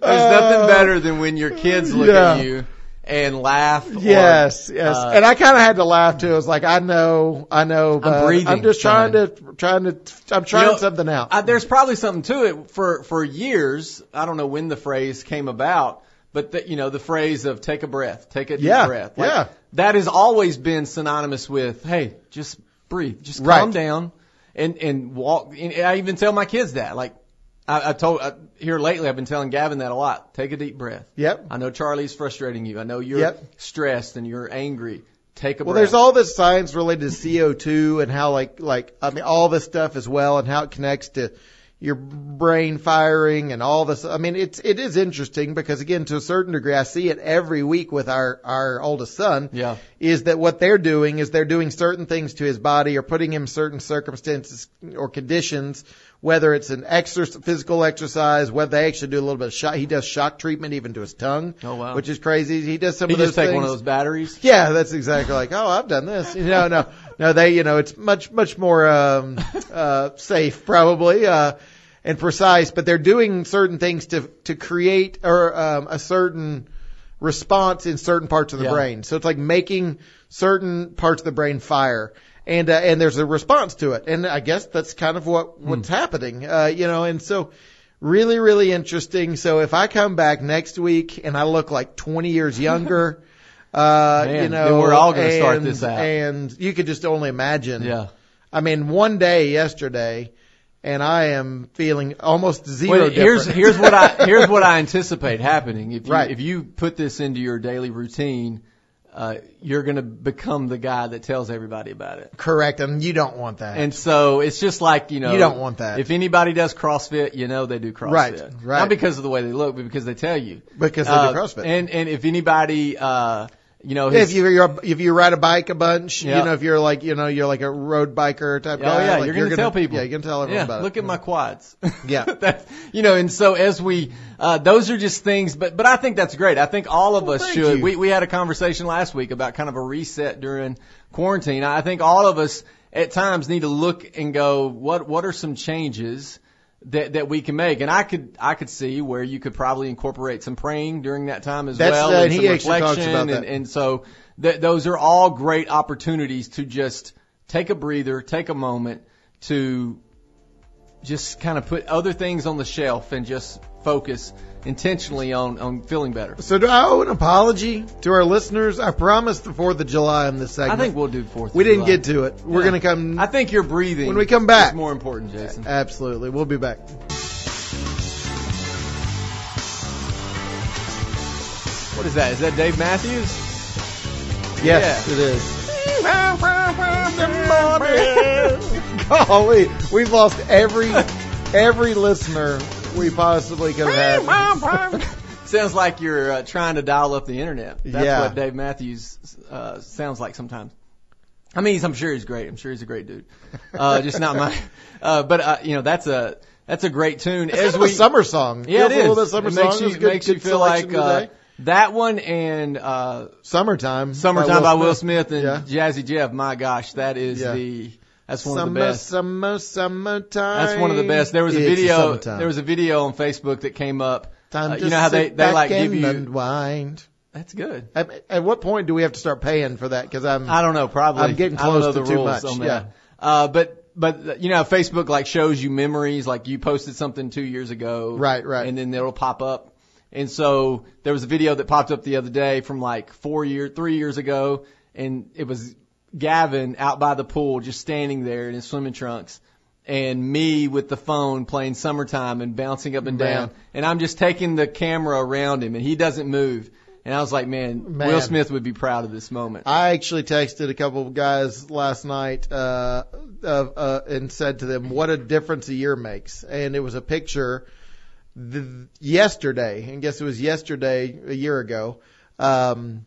Speaker 1: There's nothing better than when your kids look
Speaker 2: Oh. yeah.
Speaker 1: at you and laugh. or,
Speaker 2: Yes, yes,
Speaker 1: uh,
Speaker 2: and I kind of had to laugh too. I was like, "I know, I know, but
Speaker 1: breathing,
Speaker 2: I'm just trying
Speaker 1: son.
Speaker 2: to trying to I'm trying
Speaker 1: You know,
Speaker 2: something out."
Speaker 1: I, there's probably something to it. For for years, I don't know when the phrase came about, but the, you know the phrase of "take a breath, take a deep
Speaker 2: Yeah,
Speaker 1: breath."
Speaker 2: yeah.
Speaker 1: That has always been synonymous with "Hey, just breathe, just calm
Speaker 2: Right.
Speaker 1: down, and and walk." And I even tell my kids that. Like I, I told I, here lately, I've been telling Gavin that a lot. Take a deep breath.
Speaker 2: yep.
Speaker 1: I know Charlie's frustrating you. I know you're
Speaker 2: Yep.
Speaker 1: stressed and you're angry. Take a
Speaker 2: Well,
Speaker 1: breath.
Speaker 2: there's all this science related to CO2 and how like like I mean all this stuff as well and how it connects to your brain firing and all this. I mean it's it is interesting because again to a certain degree I see it every week with our our oldest son.
Speaker 1: Yeah.
Speaker 2: Is that what they're doing? Is they're doing certain things to his body or putting him in certain circumstances or conditions. Whether it's an exercise, physical exercise, whether they actually do a little bit of shock, he does shock treatment even to his tongue,
Speaker 1: Oh, wow.
Speaker 2: which is crazy. He does some
Speaker 1: you
Speaker 2: of those
Speaker 1: just take
Speaker 2: things.
Speaker 1: one of those batteries.
Speaker 2: Yeah, that's exactly like, oh, I've done this. You know, no, no, they, you know, it's much, much more, um, uh, safe probably, uh, and precise, but they're doing certain things to, to create or, um, a certain response in certain parts of the
Speaker 1: Yeah.
Speaker 2: brain. So it's like making certain parts of the brain fire. And, uh, and there's a response to it. And I guess that's kind of what, what's happening. Uh, you know, and so really, really interesting. So if I come back next week and I look like 20 years younger, uh,
Speaker 1: Man,
Speaker 2: you know,
Speaker 1: then we're all gonna
Speaker 2: and,
Speaker 1: start this out.
Speaker 2: And you could just only imagine.
Speaker 1: Yeah.
Speaker 2: I mean, one day yesterday, and I am feeling almost zero.
Speaker 1: Well, here's
Speaker 2: different.
Speaker 1: here's what I here's what I anticipate happening. If you
Speaker 2: Right.
Speaker 1: if you put this into your daily routine, uh, you're going to become the guy that tells everybody about it.
Speaker 2: correct, and you don't want that.
Speaker 1: And so it's just like you know
Speaker 2: You don't want that.
Speaker 1: If anybody does CrossFit, you know they do CrossFit.
Speaker 2: Right, right.
Speaker 1: Not because of the way they look, but because they tell you.
Speaker 2: Because they do
Speaker 1: Uh,
Speaker 2: CrossFit.
Speaker 1: And and if anybody, uh, you know,
Speaker 2: if
Speaker 1: his,
Speaker 2: you you're, a- if you ride a bike a bunch,
Speaker 1: Yeah.
Speaker 2: you know, if you're like you know you're like a road biker type
Speaker 1: Oh
Speaker 2: guy,
Speaker 1: yeah,
Speaker 2: like,
Speaker 1: you're, gonna, tell people.
Speaker 2: Yeah, you're gonna tell everyone
Speaker 1: Yeah,
Speaker 2: about
Speaker 1: look
Speaker 2: it.
Speaker 1: at my quads.
Speaker 2: Yeah.
Speaker 1: That's- you know, and so as we, uh, those are just things, but but I think that's great. I think all of us
Speaker 2: thank
Speaker 1: should.
Speaker 2: you.
Speaker 1: We we had a conversation last week about kind of a reset during quarantine. I think all of us at times need to look and go, what what are some changes that that we can make? And I could I could see where you could probably incorporate some praying during that time as
Speaker 2: That's-
Speaker 1: well,
Speaker 2: uh,
Speaker 1: and
Speaker 2: he
Speaker 1: some
Speaker 2: actually talks
Speaker 1: reflection,
Speaker 2: about
Speaker 1: and,
Speaker 2: that.
Speaker 1: and so th- those are all great opportunities to just take a breather, take a moment to just kind of put other things on the shelf and just focus intentionally on on feeling better.
Speaker 2: So do I owe an apology to our listeners? I promised the Fourth of July in this
Speaker 1: I
Speaker 2: segment.
Speaker 1: think we'll do fourth.
Speaker 2: we
Speaker 1: of
Speaker 2: didn't
Speaker 1: July.
Speaker 2: get to it. We're
Speaker 1: Yeah.
Speaker 2: gonna come
Speaker 1: I think your breathing
Speaker 2: When we come back.
Speaker 1: is more important, Jason.
Speaker 2: absolutely. We'll be back.
Speaker 1: What is that? Is that Dave Matthews?
Speaker 2: Yes,
Speaker 1: Yeah.
Speaker 2: it is. Golly, we've lost every every listener we possibly could have had.
Speaker 1: Sounds like you're uh, trying to dial up the internet. That's
Speaker 2: Yeah.
Speaker 1: what Dave Matthews uh, sounds like sometimes. I mean, he's, I'm sure he's great. I'm sure he's a great dude. Uh, just not my. Uh, but uh, you know, that's a that's a great tune.
Speaker 2: It's kind of a summer song.
Speaker 1: Yeah, it
Speaker 2: Feels A little bit
Speaker 1: is.
Speaker 2: summer
Speaker 1: it
Speaker 2: song.
Speaker 1: makes you,
Speaker 2: It's good-
Speaker 1: makes you
Speaker 2: good
Speaker 1: feel
Speaker 2: selection
Speaker 1: like uh,
Speaker 2: today.
Speaker 1: That one and uh,
Speaker 2: Summertime.
Speaker 1: Summertime by Will Smith, and
Speaker 2: Yeah.
Speaker 1: Jazzy Jeff. My gosh, that is
Speaker 2: Yeah.
Speaker 1: the that's one of
Speaker 2: summer,
Speaker 1: the best.
Speaker 2: summer, summertime.
Speaker 1: That's one of the best. There was a
Speaker 2: It's
Speaker 1: video.
Speaker 2: summertime.
Speaker 1: There was a video on Facebook that came up.
Speaker 2: Time
Speaker 1: uh,
Speaker 2: to
Speaker 1: you know how they-
Speaker 2: sit
Speaker 1: they,
Speaker 2: back
Speaker 1: like, give
Speaker 2: and
Speaker 1: you-
Speaker 2: unwind.
Speaker 1: That's good.
Speaker 2: At, at what point do we have to start paying for that? Because I'm
Speaker 1: I don't know. Probably.
Speaker 2: Um, I'm getting
Speaker 1: I don't
Speaker 2: close
Speaker 1: know
Speaker 2: to
Speaker 1: the
Speaker 2: too
Speaker 1: rules
Speaker 2: much,
Speaker 1: on
Speaker 2: yeah.
Speaker 1: that. Uh, but but you know, Facebook like shows you memories. Like you posted something two years ago.
Speaker 2: Right, right.
Speaker 1: And then it'll pop up. And so there was a video that popped up the other day from like four year, three years ago, and it was Gavin out by the pool, just standing there in his swimming trunks. And me with the phone playing summertime and bouncing up and
Speaker 2: Man.
Speaker 1: down. And I'm just taking the camera around him and he doesn't move. And I was like, man, Will
Speaker 2: Man.
Speaker 1: Smith would be proud of this moment.
Speaker 2: I actually texted a couple of guys last night uh, of, uh, and said to them, "What a difference a year makes." And it was a picture the, yesterday, and guess it was yesterday a year ago. Um,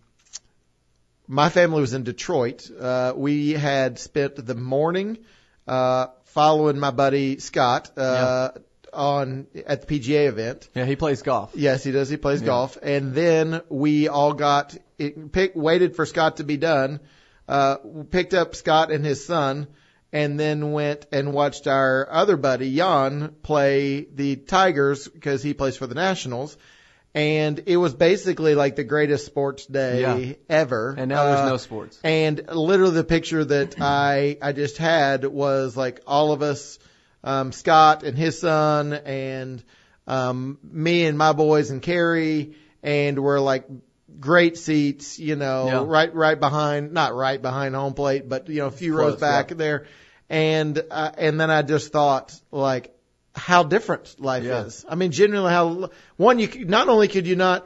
Speaker 2: my family was in Detroit. Uh, we had spent the morning uh, following my buddy Scott uh, on at the PGA event.
Speaker 1: Yeah, he plays golf.
Speaker 2: Yes, he does. He plays golf. And then we all got it, pick, waited for Scott to be done, uh, picked up Scott and his son, and then went and watched our other buddy Jan play the Tigers because he plays for the Nationals. And it was basically like the greatest sports day
Speaker 1: Yeah.
Speaker 2: ever.
Speaker 1: And now there's
Speaker 2: Uh,
Speaker 1: no sports.
Speaker 2: and literally the picture that I I just had was like all of us, um, Scott and his son, and um, me and my boys and Carrie, and we're like great seats, you know,
Speaker 1: Yeah.
Speaker 2: right right behind, not right behind home plate, but you know a few
Speaker 1: Close,
Speaker 2: rows back there, and uh, and then I just thought like how different life
Speaker 1: Yeah.
Speaker 2: is. I mean, generally how one you c- not only could you not.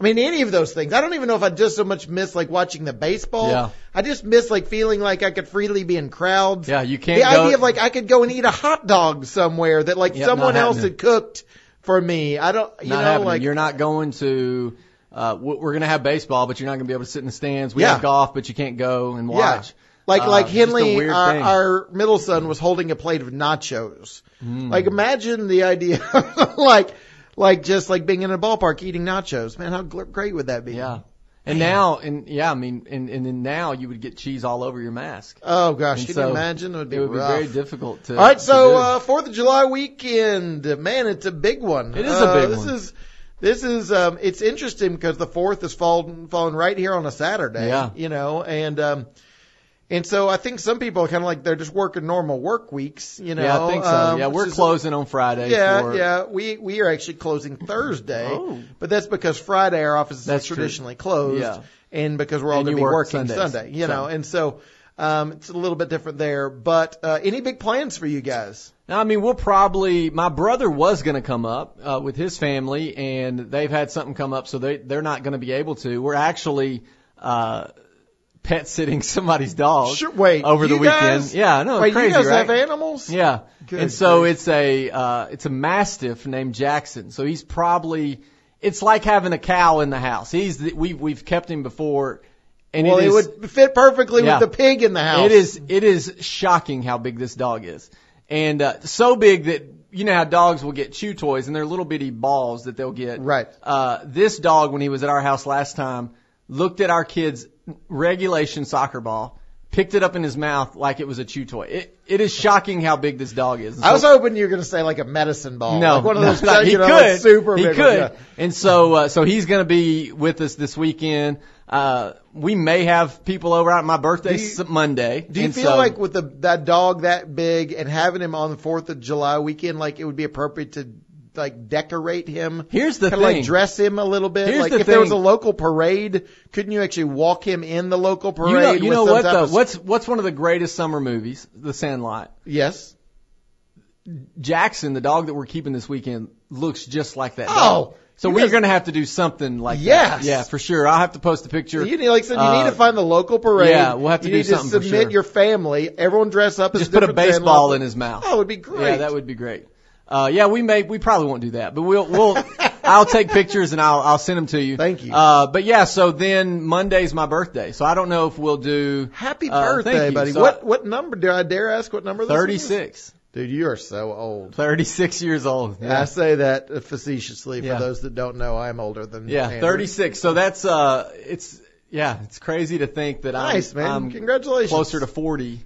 Speaker 2: I mean, any of those things. I don't even know if I just so much miss like watching the baseball.
Speaker 1: Yeah.
Speaker 2: I just miss like feeling like I could freely be in crowds.
Speaker 1: Yeah, you can't
Speaker 2: The
Speaker 1: go-
Speaker 2: idea of like I could go and eat a hot dog somewhere that like
Speaker 1: Yeah,
Speaker 2: someone
Speaker 1: not
Speaker 2: else
Speaker 1: happening.
Speaker 2: had cooked for me. I don't, you
Speaker 1: not
Speaker 2: know,
Speaker 1: happening.
Speaker 2: like
Speaker 1: you're not going to. Uh, w- we're going to have baseball, but you're not going to be able to sit in the stands. We
Speaker 2: Yeah.
Speaker 1: have golf, but you can't go and watch.
Speaker 2: Yeah. Like
Speaker 1: Uh,
Speaker 2: like
Speaker 1: it's just a
Speaker 2: Henley,
Speaker 1: weird
Speaker 2: our,
Speaker 1: thing.
Speaker 2: our middle son was holding a plate of nachos.
Speaker 1: Hmm. Mm.
Speaker 2: Like imagine the idea, of like like just like being in a ballpark eating nachos. Man, how gl- great would that be?
Speaker 1: yeah. And now, and yeah, I mean, and and then now you would get cheese all over your mask.
Speaker 2: Oh gosh,
Speaker 1: And
Speaker 2: can
Speaker 1: so
Speaker 2: you imagine? It would be,
Speaker 1: it would
Speaker 2: rough.
Speaker 1: be very difficult to.
Speaker 2: All right,
Speaker 1: to
Speaker 2: so
Speaker 1: do.
Speaker 2: uh, Fourth of July weekend, man, it's a big one.
Speaker 1: It is a
Speaker 2: Uh,
Speaker 1: big
Speaker 2: this
Speaker 1: one.
Speaker 2: Is, this is um, it's interesting because the Fourth is falling falling right here on a Saturday.
Speaker 1: Yeah.
Speaker 2: you know, and um, and so I think some people are kind of like they're just working normal work weeks. You know,
Speaker 1: yeah, I think so.
Speaker 2: um,
Speaker 1: yeah,
Speaker 2: which
Speaker 1: we're
Speaker 2: is-
Speaker 1: closing on Friday.
Speaker 2: Yeah,
Speaker 1: for,
Speaker 2: yeah, we we are actually closing Thursday,
Speaker 1: Oh.
Speaker 2: but that's because Friday our offices
Speaker 1: That's
Speaker 2: are
Speaker 1: true.
Speaker 2: traditionally closed,
Speaker 1: Yeah.
Speaker 2: and because we're all
Speaker 1: And
Speaker 2: going
Speaker 1: you
Speaker 2: to be
Speaker 1: work
Speaker 2: working
Speaker 1: Sundays.
Speaker 2: Sunday. You
Speaker 1: So-
Speaker 2: know, and so. Um, it's a little bit different there, but uh, any big plans for you guys?
Speaker 1: Now, I mean, we'll probably. My brother was going to come up uh, with his family, and they've had something come up, so they they're not going to be able to. We're actually uh, pet sitting somebody's dog.
Speaker 2: Sure, wait,
Speaker 1: over the
Speaker 2: you
Speaker 1: weekend.
Speaker 2: guys-
Speaker 1: yeah, I know.
Speaker 2: Wait,
Speaker 1: crazy,
Speaker 2: you guys
Speaker 1: right?
Speaker 2: have animals?
Speaker 1: Yeah.
Speaker 2: Good
Speaker 1: and so
Speaker 2: grief.
Speaker 1: it's a uh it's a mastiff named Jackson. So he's probably it's like having a cow in the house. He's the, we we've kept him before and
Speaker 2: Well,
Speaker 1: it
Speaker 2: it,
Speaker 1: is
Speaker 2: would fit perfectly
Speaker 1: Yeah.
Speaker 2: with the pig in the house.
Speaker 1: it is it is shocking how big this dog is. And uh so big that you know how dogs will get chew toys and they're little bitty balls that they'll get.
Speaker 2: Right.
Speaker 1: Uh this dog when he was at our house last time looked at our kids regulation soccer ball Picked it up in his mouth like it was a chew toy. It, it is shocking how big this dog is. And
Speaker 2: I
Speaker 1: so-
Speaker 2: was hoping you were going to say like a medicine ball,
Speaker 1: no,
Speaker 2: like one of those
Speaker 1: no,
Speaker 2: you
Speaker 1: he
Speaker 2: know,
Speaker 1: could,
Speaker 2: like super
Speaker 1: he
Speaker 2: big
Speaker 1: could,
Speaker 2: ones, yeah.
Speaker 1: and so uh, so he's going to be with us this weekend. Uh, we may have people over on my birthday
Speaker 2: Do you-
Speaker 1: s- Monday.
Speaker 2: Do you
Speaker 1: and
Speaker 2: feel
Speaker 1: so-
Speaker 2: like with the, that dog that big and having him on the Fourth of July weekend, like it would be appropriate to like decorate him?
Speaker 1: Here's the
Speaker 2: Kinda,
Speaker 1: thing.
Speaker 2: like dress him a little bit.
Speaker 1: Here's
Speaker 2: like
Speaker 1: the
Speaker 2: if there was a
Speaker 1: thing.
Speaker 2: local parade, couldn't you actually walk him in the local
Speaker 1: you know,
Speaker 2: parade?
Speaker 1: you
Speaker 2: with
Speaker 1: know
Speaker 2: some
Speaker 1: what
Speaker 2: type
Speaker 1: though?
Speaker 2: Of,
Speaker 1: What's what's one of the greatest summer movies? The Sandlot.
Speaker 2: Yes.
Speaker 1: Jackson, the dog that we're keeping this weekend, looks just like that.
Speaker 2: Oh,
Speaker 1: dog. so
Speaker 2: you
Speaker 1: we're
Speaker 2: guys-
Speaker 1: going to have to do something like
Speaker 2: Yes.
Speaker 1: that. yeah, for sure. I'll have to post a picture.
Speaker 2: You need, like I said, you
Speaker 1: Uh,
Speaker 2: need to find the local parade.
Speaker 1: yeah, we'll have to
Speaker 2: you
Speaker 1: do
Speaker 2: need
Speaker 1: something for
Speaker 2: to submit
Speaker 1: sure.
Speaker 2: your family. Everyone dress up. as
Speaker 1: just put a
Speaker 2: different than
Speaker 1: baseball
Speaker 2: local-
Speaker 1: in his mouth.
Speaker 2: That would be great.
Speaker 1: Yeah, that would be great. Uh, yeah, we may, we probably won't do that, but we'll, we'll, I'll take pictures and I'll, I'll send them to you.
Speaker 2: Thank you.
Speaker 1: Uh, but yeah, so then Monday's my birthday, so I don't know if we'll do
Speaker 2: Happy
Speaker 1: Uh, thank
Speaker 2: birthday,
Speaker 1: you.
Speaker 2: buddy.
Speaker 1: So-
Speaker 2: what what number? Do I dare ask what number this is?
Speaker 1: 36.
Speaker 2: Dude, you are so old.
Speaker 1: 36 years old.
Speaker 2: I say that facetiously for
Speaker 1: Yeah.
Speaker 2: those that don't know. I'm older than
Speaker 1: Yeah,
Speaker 2: Andrew.
Speaker 1: 36. So that's uh, it's yeah, it's crazy to think that
Speaker 2: Nice
Speaker 1: I'm,
Speaker 2: man,
Speaker 1: I'm
Speaker 2: congratulations.
Speaker 1: closer to 40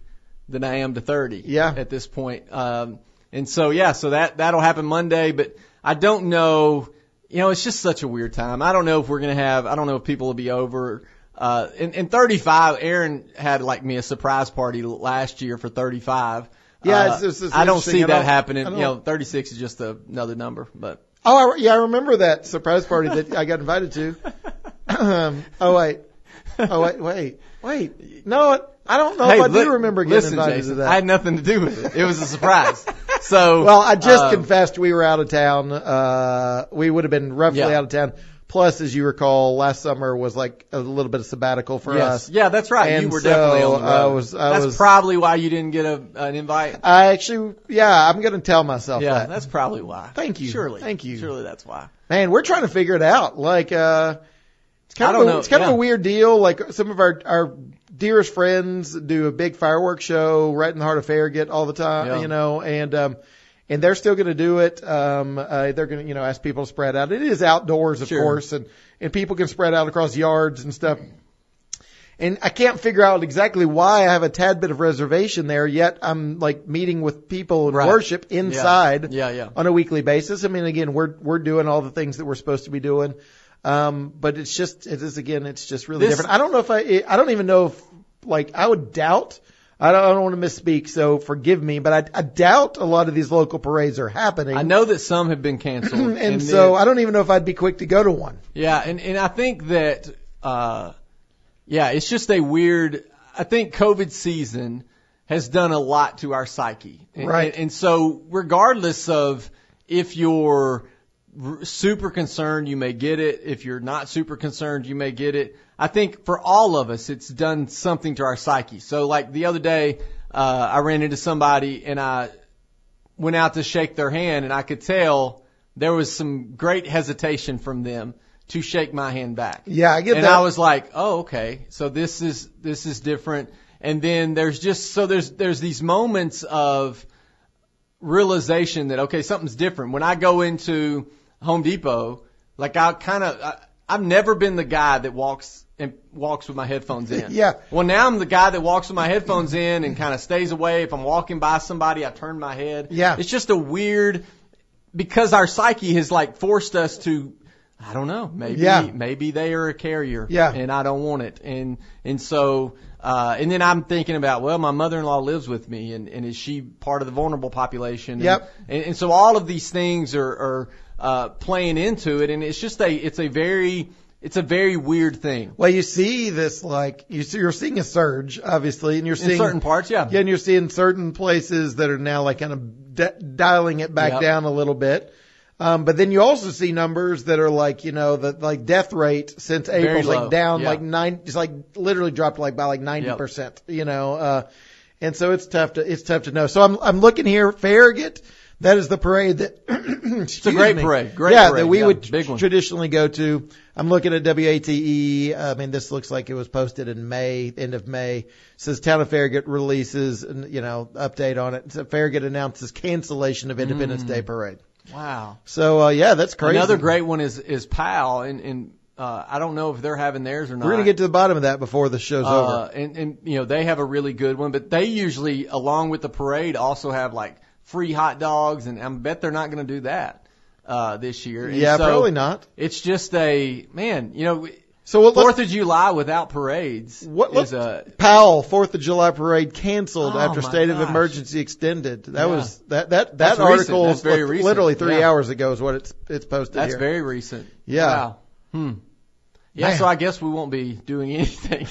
Speaker 1: than I am to 30.
Speaker 2: Yeah.
Speaker 1: At this point, um, and so yeah, so that that'll happen Monday, but I don't know. You know, it's just such a weird time. I don't know if we're gonna have. I don't know if people will be over. Uh, in, in 35, Aaron had like me a surprise party last year for 35.
Speaker 2: Yeah,
Speaker 1: Uh,
Speaker 2: it's- it's- it's
Speaker 1: I don't
Speaker 2: interesting.
Speaker 1: see
Speaker 2: I
Speaker 1: that
Speaker 2: don't-
Speaker 1: happening.
Speaker 2: I
Speaker 1: You
Speaker 2: don't-
Speaker 1: know, 36 is just another number, but
Speaker 2: Oh, I, yeah, I remember that surprise party that I got invited to. Um, oh wait, oh wait, wait, wait. No, I don't know if Oh, I
Speaker 1: li-
Speaker 2: do remember getting
Speaker 1: listen,
Speaker 2: invited
Speaker 1: Jason,
Speaker 2: to that.
Speaker 1: I had nothing to do with it. It was a surprise. so
Speaker 2: well, I just
Speaker 1: um,
Speaker 2: confessed we were out of town. Uh, we would have been roughly
Speaker 1: Yeah.
Speaker 2: out of town. Plus, as you recall, last summer was like a little bit of sabbatical for
Speaker 1: yes.
Speaker 2: us.
Speaker 1: Yeah, that's right. you
Speaker 2: And
Speaker 1: were
Speaker 2: so
Speaker 1: definitely on the road.
Speaker 2: I was- I
Speaker 1: that's
Speaker 2: was-
Speaker 1: probably why you didn't get a, an invite.
Speaker 2: I actually, yeah, I'm gonna tell myself
Speaker 1: yeah,
Speaker 2: that.
Speaker 1: that's probably why.
Speaker 2: Uh, Thank you.
Speaker 1: Surely.
Speaker 2: Thank you.
Speaker 1: Surely that's why.
Speaker 2: Man, we're trying to figure it out. Like, uh, it's
Speaker 1: I
Speaker 2: kind of
Speaker 1: don't
Speaker 2: a,
Speaker 1: know,
Speaker 2: it's kind of
Speaker 1: yeah.
Speaker 2: a weird deal. Like some of our our dearest friends do a big fireworks show right in the heart of Farragut all the time,
Speaker 1: Yeah.
Speaker 2: you know, and um, and they're still going to do it. Um, uh, they're going to you know ask people to spread out. It is outdoors, of
Speaker 1: Sure.
Speaker 2: course, and and people can spread out across yards and stuff. And I can't figure out exactly why I have a tad bit of reservation there, yet I'm like meeting with people in
Speaker 1: Right.
Speaker 2: worship inside
Speaker 1: Yeah, yeah.
Speaker 2: on a weekly basis. I mean, again, we're we're doing all the things that we're supposed to be doing, um, but it's just it is again, it's just really
Speaker 1: This-
Speaker 2: different. I don't know if I I don't even know if like I would doubt. I don't, I don't want to misspeak, so forgive me, but I, I doubt a lot of these local parades are happening.
Speaker 1: I know that some have been canceled.
Speaker 2: and, so
Speaker 1: then-
Speaker 2: I don't even know if I'd be quick to go to one.
Speaker 1: Yeah, and and I think that uh yeah, it's just a weird I think COVID season has done a lot to our psyche. And,
Speaker 2: Right.
Speaker 1: And, and so regardless of if you're r- super concerned, you may get it. If you're not super concerned, you may get it. I think for all of us, it's done something to our psyche. So like the other day, uh, I ran into somebody and I went out to shake their hand and I could tell there was some great hesitation from them to shake my hand back.
Speaker 2: Yeah, I get
Speaker 1: and
Speaker 2: that.
Speaker 1: I was like, "Oh, okay. So this is this is different." And then there's just so there's there's these moments of realization that okay, something's different. When I go into Home Depot, like I kind of I've never been the guy that walks and walks with my headphones in.
Speaker 2: Yeah.
Speaker 1: Well, now I'm the guy that walks with my headphones in and kind of stays away. If I'm walking by somebody, I turn my head.
Speaker 2: Yeah.
Speaker 1: It's just a weird because our psyche has like forced us to I don't know, maybe
Speaker 2: Yeah.
Speaker 1: maybe they are a carrier
Speaker 2: Yeah.
Speaker 1: and I don't want it. And and so uh and then I'm thinking about, well, my mother-in-law lives with me and and is she part of the vulnerable population?
Speaker 2: Yep.
Speaker 1: And, and, and so all of these things are are uh playing into it and it's just a it's a very it's a very weird thing.
Speaker 2: Well, you see this like you see, you're seeing a surge, obviously, and you're
Speaker 1: In
Speaker 2: seeing
Speaker 1: certain parts, yeah.
Speaker 2: Yeah, and you're seeing certain places that are now like kind of d- dialing it back
Speaker 1: Yep.
Speaker 2: down a little bit. Um, but then you also see numbers that are like, you know, the like death rate since
Speaker 1: Very
Speaker 2: April's
Speaker 1: low,
Speaker 2: like down
Speaker 1: yeah.
Speaker 2: like nine, just like literally dropped like by like 90%, you know, uh, and so it's tough to, it's tough to know. So I'm, I'm looking here, Farragut, that is the parade that, it's
Speaker 1: a great parade, great
Speaker 2: yeah,
Speaker 1: parade,
Speaker 2: that we
Speaker 1: yeah,
Speaker 2: would
Speaker 1: big one.
Speaker 2: traditionally go to. I'm looking at WATE. E. I mean, this looks like it was posted in May, end of May. It says Town of Farragut releases, and you know, update on it. So Farragut announces cancellation of Independence Day parade.
Speaker 1: Wow.
Speaker 2: So uh, yeah, that's crazy.
Speaker 1: Mm. Another great one is is Powell and and uh I don't know if they're having theirs or not.
Speaker 2: We're gonna get to the bottom of that before the show's
Speaker 1: Uh,
Speaker 2: over.
Speaker 1: and, and you know they have a really good one, but they usually, along with the parade, also have like free hot dogs, and I bet they're not going to do that uh, this year. And
Speaker 2: Yeah,
Speaker 1: so
Speaker 2: probably not.
Speaker 1: It's just a man, you know,
Speaker 2: So what?
Speaker 1: Fourth of July without parades
Speaker 2: What
Speaker 1: is uh,
Speaker 2: let's-
Speaker 1: a
Speaker 2: Powell Fourth of July parade canceled
Speaker 1: Oh,
Speaker 2: after
Speaker 1: my
Speaker 2: state
Speaker 1: gosh.
Speaker 2: of emergency extended.
Speaker 1: Yeah.
Speaker 2: That was that that
Speaker 1: That's
Speaker 2: that
Speaker 1: recent.
Speaker 2: article
Speaker 1: That's very
Speaker 2: was
Speaker 1: recent.
Speaker 2: literally three
Speaker 1: Yeah.
Speaker 2: hours ago is what it's it's posted
Speaker 1: that's
Speaker 2: here.
Speaker 1: very recent.
Speaker 2: Yeah.
Speaker 1: Wow. Hmm. Yeah,
Speaker 2: Man.
Speaker 1: so I guess we won't be doing anything.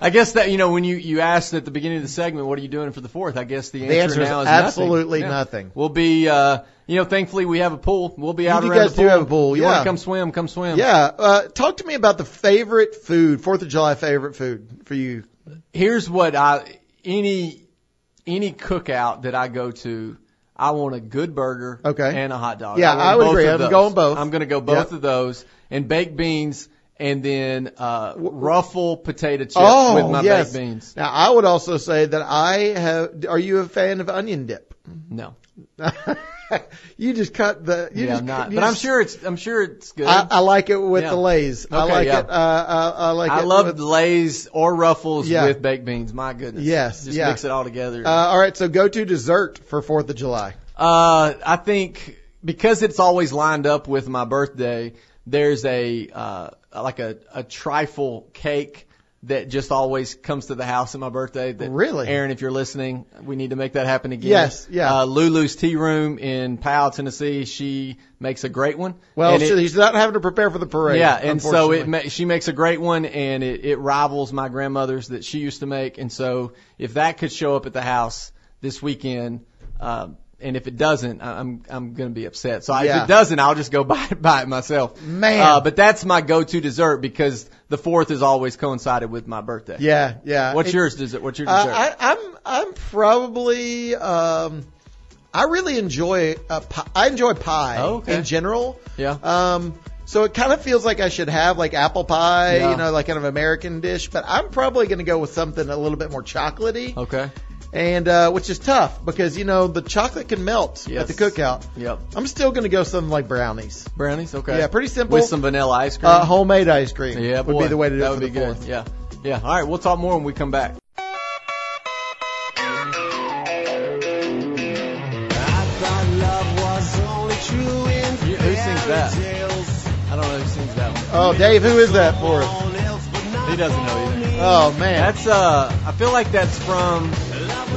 Speaker 1: I guess that you know when you you asked at the beginning of the segment, what are you doing for the fourth? I guess the answer,
Speaker 2: the answer is
Speaker 1: now is nothing.
Speaker 2: absolutely
Speaker 1: Yeah.
Speaker 2: nothing.
Speaker 1: We'll be, uh, you know, thankfully we have a pool. We'll be out
Speaker 2: You
Speaker 1: around
Speaker 2: guys
Speaker 1: the
Speaker 2: do
Speaker 1: pool.
Speaker 2: have a pool,
Speaker 1: You
Speaker 2: yeah.
Speaker 1: want to come swim? Come swim.
Speaker 2: Yeah. Uh, talk to me about the favorite food, Fourth of July favorite food for you.
Speaker 1: Here's what I any any cookout that I go to, I want a good burger
Speaker 2: Okay.
Speaker 1: and a hot dog.
Speaker 2: Yeah,
Speaker 1: want
Speaker 2: I would
Speaker 1: both
Speaker 2: agree.
Speaker 1: of
Speaker 2: I'm
Speaker 1: those.
Speaker 2: going both.
Speaker 1: I'm going to go both
Speaker 2: Yep.
Speaker 1: of those and baked beans and then uh ruffle potato chips
Speaker 2: oh,
Speaker 1: with my
Speaker 2: yes.
Speaker 1: baked beans.
Speaker 2: Now I would also say that I have. Are you a fan of onion dip?
Speaker 1: No.
Speaker 2: you just cut the. You
Speaker 1: yeah,
Speaker 2: just,
Speaker 1: I'm not.
Speaker 2: you
Speaker 1: But I'm
Speaker 2: just-
Speaker 1: sure it's I'm sure it's good.
Speaker 2: I, I like it with
Speaker 1: Yeah.
Speaker 2: the Lay's. I
Speaker 1: Okay,
Speaker 2: like
Speaker 1: yeah.
Speaker 2: it. Uh, uh, I like
Speaker 1: I
Speaker 2: it.
Speaker 1: love
Speaker 2: with-
Speaker 1: Lay's or Ruffles
Speaker 2: Yeah.
Speaker 1: with baked beans. My goodness.
Speaker 2: Yes,
Speaker 1: Just
Speaker 2: yeah.
Speaker 1: mix it all together.
Speaker 2: uh, all right, so go to dessert for Fourth of July.
Speaker 1: Uh, I think because it's always lined up with my birthday, there's a uh, like a, a trifle cake that just always comes to the house at my birthday. That
Speaker 2: Really?
Speaker 1: Aaron, if you're listening, we need to make that happen again.
Speaker 2: Yes, yeah.
Speaker 1: Uh, Lulu's Tea Room in Powell, Tennessee. She makes a great one.
Speaker 2: Well,
Speaker 1: And it-
Speaker 2: so he's not having to prepare for the parade.
Speaker 1: yeah, and so it
Speaker 2: unfortunately.
Speaker 1: ma- she makes a great one, and it, it rivals my grandmother's that she used to make. And so if that could show up at the house this weekend, um, and if it doesn't, I- I'm I'm gonna be upset. So if
Speaker 2: Yeah.
Speaker 1: it doesn't, I'll just go buy it, buy it myself.
Speaker 2: Man.
Speaker 1: uh, but that's my go-to dessert because the fourth is always coincided with my birthday.
Speaker 2: Yeah, yeah.
Speaker 1: What's
Speaker 2: It-
Speaker 1: yours dessert? What's your dessert?
Speaker 2: Uh, I, I'm I'm probably um, I really enjoy a pi- I enjoy pie
Speaker 1: Oh, okay.
Speaker 2: in general.
Speaker 1: Yeah.
Speaker 2: Um, so it kind of feels like I should have like apple pie,
Speaker 1: Yeah.
Speaker 2: you know, like kind of American dish. But I'm probably going to go with something a little bit more chocolatey,
Speaker 1: okay.
Speaker 2: and uh, which is tough because you know the chocolate can melt
Speaker 1: Yes.
Speaker 2: at the cookout.
Speaker 1: Yep.
Speaker 2: I'm still going to go something like brownies.
Speaker 1: Brownies. Okay.
Speaker 2: Yeah, pretty simple.
Speaker 1: With some vanilla ice cream.
Speaker 2: Uh, homemade ice cream
Speaker 1: yeah,
Speaker 2: would
Speaker 1: boy.
Speaker 2: be the way to do
Speaker 1: that
Speaker 2: it
Speaker 1: would
Speaker 2: for
Speaker 1: be
Speaker 2: the
Speaker 1: good.
Speaker 2: fourth.
Speaker 1: Yeah. Yeah. All right. We'll talk more when we come back.
Speaker 3: I thought love was only true in
Speaker 1: You- who sings that?
Speaker 3: fairy tales.
Speaker 1: I don't know who sings that one.
Speaker 2: Oh, Dave, who is that for us?
Speaker 3: All else but not
Speaker 1: He doesn't know either.
Speaker 3: me.
Speaker 2: Oh man,
Speaker 1: That's uh, I feel like that's from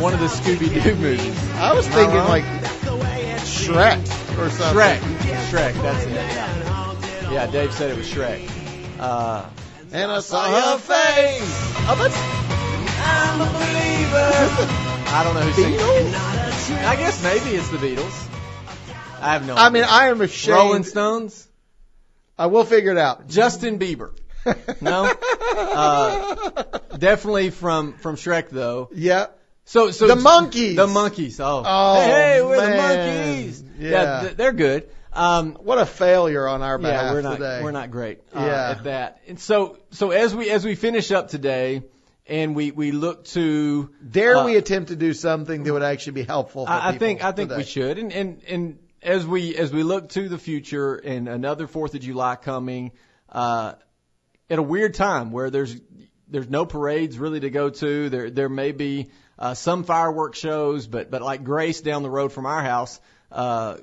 Speaker 1: one of the Scooby Doo movies.
Speaker 2: I was
Speaker 1: Am I
Speaker 2: thinking
Speaker 1: wrong?
Speaker 2: like
Speaker 3: That's the way it seems.
Speaker 2: Shrek or something.
Speaker 1: uh-huh. Shrek, Shrek, that's it.
Speaker 3: And haunted
Speaker 1: Yeah, Dave said it was Shrek. Uh,
Speaker 2: And I saw her face. Oh, that's
Speaker 3: I'm a believer.
Speaker 1: I don't know who sings. it.
Speaker 2: Beatles.
Speaker 3: Not a trick.
Speaker 1: I guess maybe it's the Beatles. I have no.
Speaker 2: I mean,
Speaker 1: idea.
Speaker 2: I am ashamed.
Speaker 1: Rolling Stones,
Speaker 2: I will figure it out.
Speaker 1: Justin Bieber. No, Uh, definitely from from Shrek though.
Speaker 2: yeah.
Speaker 1: So so
Speaker 2: The Monkees.
Speaker 1: The monkeys. Oh,
Speaker 2: Oh,
Speaker 1: hey, we're
Speaker 2: man.
Speaker 1: the monkeys.
Speaker 2: Yeah.
Speaker 1: th- they're good. Um,
Speaker 2: What a failure on our behalf
Speaker 1: yeah, we're not
Speaker 2: today.
Speaker 1: we're not great uh,
Speaker 2: Yeah.
Speaker 1: at that. And so so as we as we finish up today, and we we look to
Speaker 2: Dare
Speaker 1: uh,
Speaker 2: we attempt to do something that would actually be helpful? For
Speaker 1: I, I
Speaker 2: people
Speaker 1: think I think
Speaker 2: today?
Speaker 1: we should, and and and as we as we look to the future and another Fourth of July coming, uh, at a weird time where there's there's no parades really to go to. There there may be uh, some fireworks shows, but but like Grace down the road from our house. Uh,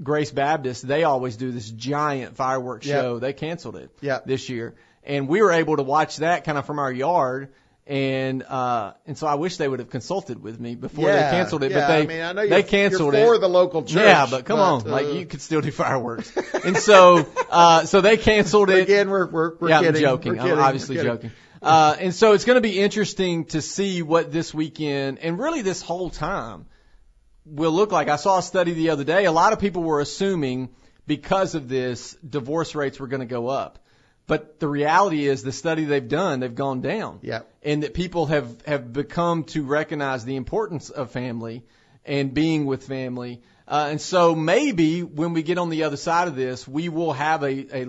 Speaker 1: Grace Baptist, they always do this giant fireworks
Speaker 2: Yep.
Speaker 1: show. They canceled it
Speaker 2: Yep.
Speaker 1: this year, and we were able to watch that kind of from our yard. And uh, and so I wish they would have consulted with me before
Speaker 2: Yeah,
Speaker 1: they canceled it.
Speaker 2: yeah,
Speaker 1: but they
Speaker 2: I mean, I know
Speaker 1: they
Speaker 2: you're-
Speaker 1: canceled
Speaker 2: you're for
Speaker 1: it
Speaker 2: the local church.
Speaker 1: Yeah, but come on,
Speaker 2: uh,
Speaker 1: like you could still do fireworks. and so uh, so they canceled it.
Speaker 2: again, we're we're, we're
Speaker 1: yeah,
Speaker 2: kidding.
Speaker 1: I'm joking.
Speaker 2: We're
Speaker 1: I'm
Speaker 2: kidding.
Speaker 1: obviously
Speaker 2: We're kidding.
Speaker 1: joking. Uh, and so it's going to be interesting to see what this weekend and really this whole time will look like. I saw a study the other day. A lot of people were assuming because of this, divorce rates were going to go up. But the reality is the study they've done, they've gone down.
Speaker 2: Yeah.
Speaker 1: And that people have, have become to recognize the importance of family and being with family. Uh, and so maybe when we get on the other side of this, we will have a, a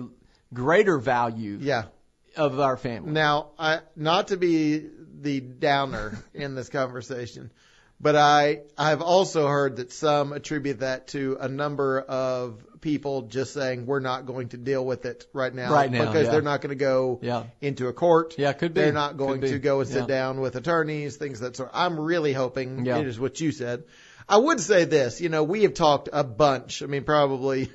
Speaker 1: greater value
Speaker 2: Yeah.
Speaker 1: of our family.
Speaker 2: Now, I not to be the downer in this conversation, but I I've also heard that some attribute that to a number of people just saying we're not going to deal with it right now,
Speaker 1: Right now,
Speaker 2: because
Speaker 1: yeah.
Speaker 2: they're not going to go
Speaker 1: Yeah.
Speaker 2: into a court.
Speaker 1: Yeah, could be.
Speaker 2: They're not going
Speaker 1: Could be.
Speaker 2: to go and sit
Speaker 1: Yeah.
Speaker 2: down with attorneys, things of that sort. I'm really hoping
Speaker 1: Yeah.
Speaker 2: it is what you said. I would say this, you know, we have talked a bunch. I mean, probably,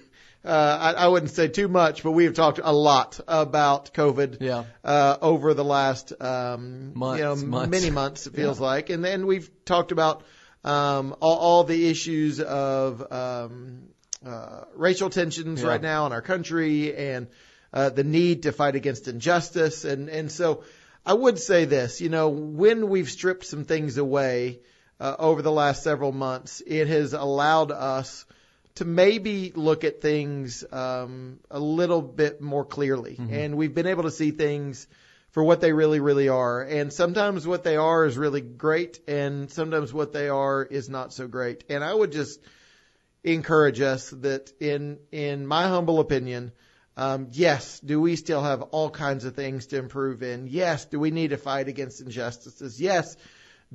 Speaker 2: uh, I, I wouldn't say too much, but we have talked a lot about COVID
Speaker 1: Yeah.
Speaker 2: uh, over the last um,
Speaker 1: Months,
Speaker 2: you know
Speaker 1: months.
Speaker 2: many months it feels
Speaker 1: Yeah.
Speaker 2: like, and then we've talked about um, all, all the issues of um, uh, racial tensions
Speaker 1: Yeah.
Speaker 2: right now in our country and uh, the need to fight against injustice, and and so I would say this, you know, when we've stripped some things away uh, over the last several months, it has allowed us to maybe look at things um, a little bit more clearly. And we've been able to see things for what they really, really are. And sometimes what they are is really great, and sometimes what they are is not so great. And I would just encourage us that, in in my humble opinion, um, yes, do we still have all kinds of things to improve in? Yes, do we need to fight against injustices? Yes,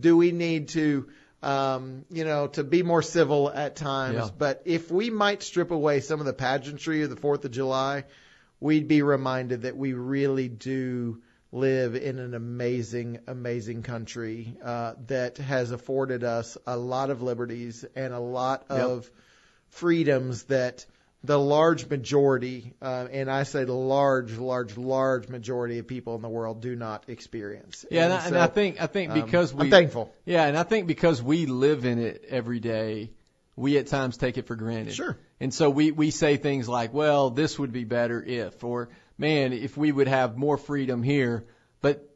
Speaker 2: do we need to um, you know, to be more civil at times.
Speaker 1: Yeah.
Speaker 2: But if we might strip away some of the pageantry of the Fourth of July, we'd be reminded that we really do live in an amazing, amazing country uh, that has afforded us a lot of liberties and a lot
Speaker 1: Yep.
Speaker 2: of freedoms that the large majority, uh, and I say the large, large, large majority of people in the world do not experience.
Speaker 1: Yeah, and, I, and
Speaker 2: so,
Speaker 1: I think I think
Speaker 2: um,
Speaker 1: because we
Speaker 2: I'm thankful.
Speaker 1: Yeah, and I think because we live in it every day, we at times take it for granted.
Speaker 2: Sure.
Speaker 1: And so we we say things like, "Well, this would be better if," or "Man, if we would have more freedom here." But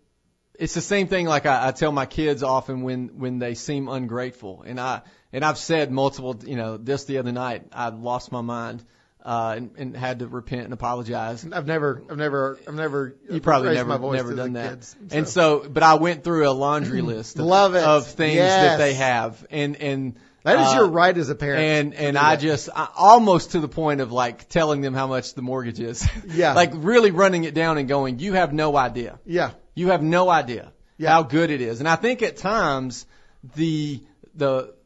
Speaker 1: it's the same thing. Like I, I tell my kids often when when they seem ungrateful, and I and I've said multiple, you know, this the other night I lost my mind uh, and, and had to repent and apologize.
Speaker 2: I've never, I've never, I've never.
Speaker 1: You probably
Speaker 2: raised
Speaker 1: never
Speaker 2: my voice
Speaker 1: never
Speaker 2: to the
Speaker 1: done that.
Speaker 2: kids,
Speaker 1: And so, but I went through a laundry list of,
Speaker 2: Love it.
Speaker 1: of things that
Speaker 2: Yes.
Speaker 1: they have, and and
Speaker 2: that is
Speaker 1: uh,
Speaker 2: your right as a parent.
Speaker 1: And
Speaker 2: to
Speaker 1: and
Speaker 2: do
Speaker 1: I
Speaker 2: that.
Speaker 1: just I, almost to the point of like telling them how much the mortgage is.
Speaker 2: Yeah.
Speaker 1: like really running it down and going, you have no idea.
Speaker 2: yeah,
Speaker 1: You have no idea
Speaker 2: Yeah.
Speaker 1: how good it is. And I think at times the the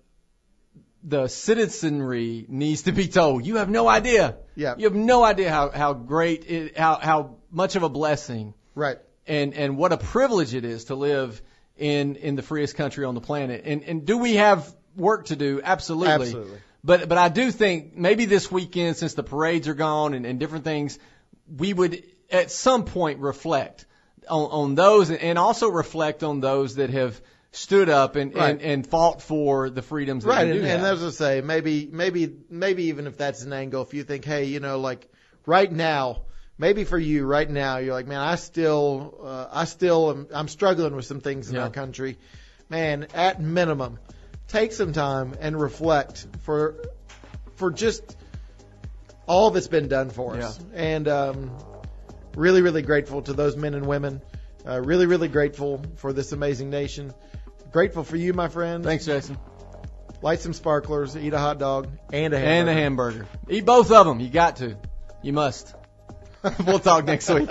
Speaker 1: the citizenry needs to be told, you have no idea.
Speaker 2: Yeah.
Speaker 1: You have no idea how, how great it how how much of a blessing
Speaker 2: right.
Speaker 1: and and what a privilege it is to live in in the freest country on the planet. And and do we have work to do? Absolutely.
Speaker 2: Absolutely.
Speaker 1: But but I do think maybe this weekend, since the parades are gone and, and different things, we would at some point reflect on, on those and- and also reflect on those that have stood up and,
Speaker 2: Right.
Speaker 1: and, and fought for the freedoms that
Speaker 2: Right,
Speaker 1: we do
Speaker 2: and, and
Speaker 1: have.
Speaker 2: as I say, maybe, maybe, maybe even if that's an angle, if you think, hey, you know, like right now, maybe for you right now, you're like, man, I still, uh, I still, am, I'm struggling with some things in
Speaker 1: Yeah.
Speaker 2: our country. Man, at minimum, take some time and reflect for, for just all that's been done for us, and um, really, really grateful to those men and women. Uh, really, really grateful for this amazing nation. Grateful for you, my friend
Speaker 1: Thanks, Jason.
Speaker 2: light some sparklers, eat a hot dog, and a hamburger.
Speaker 1: And a hamburger. Eat both of them. You got to. You must. we'll talk next week.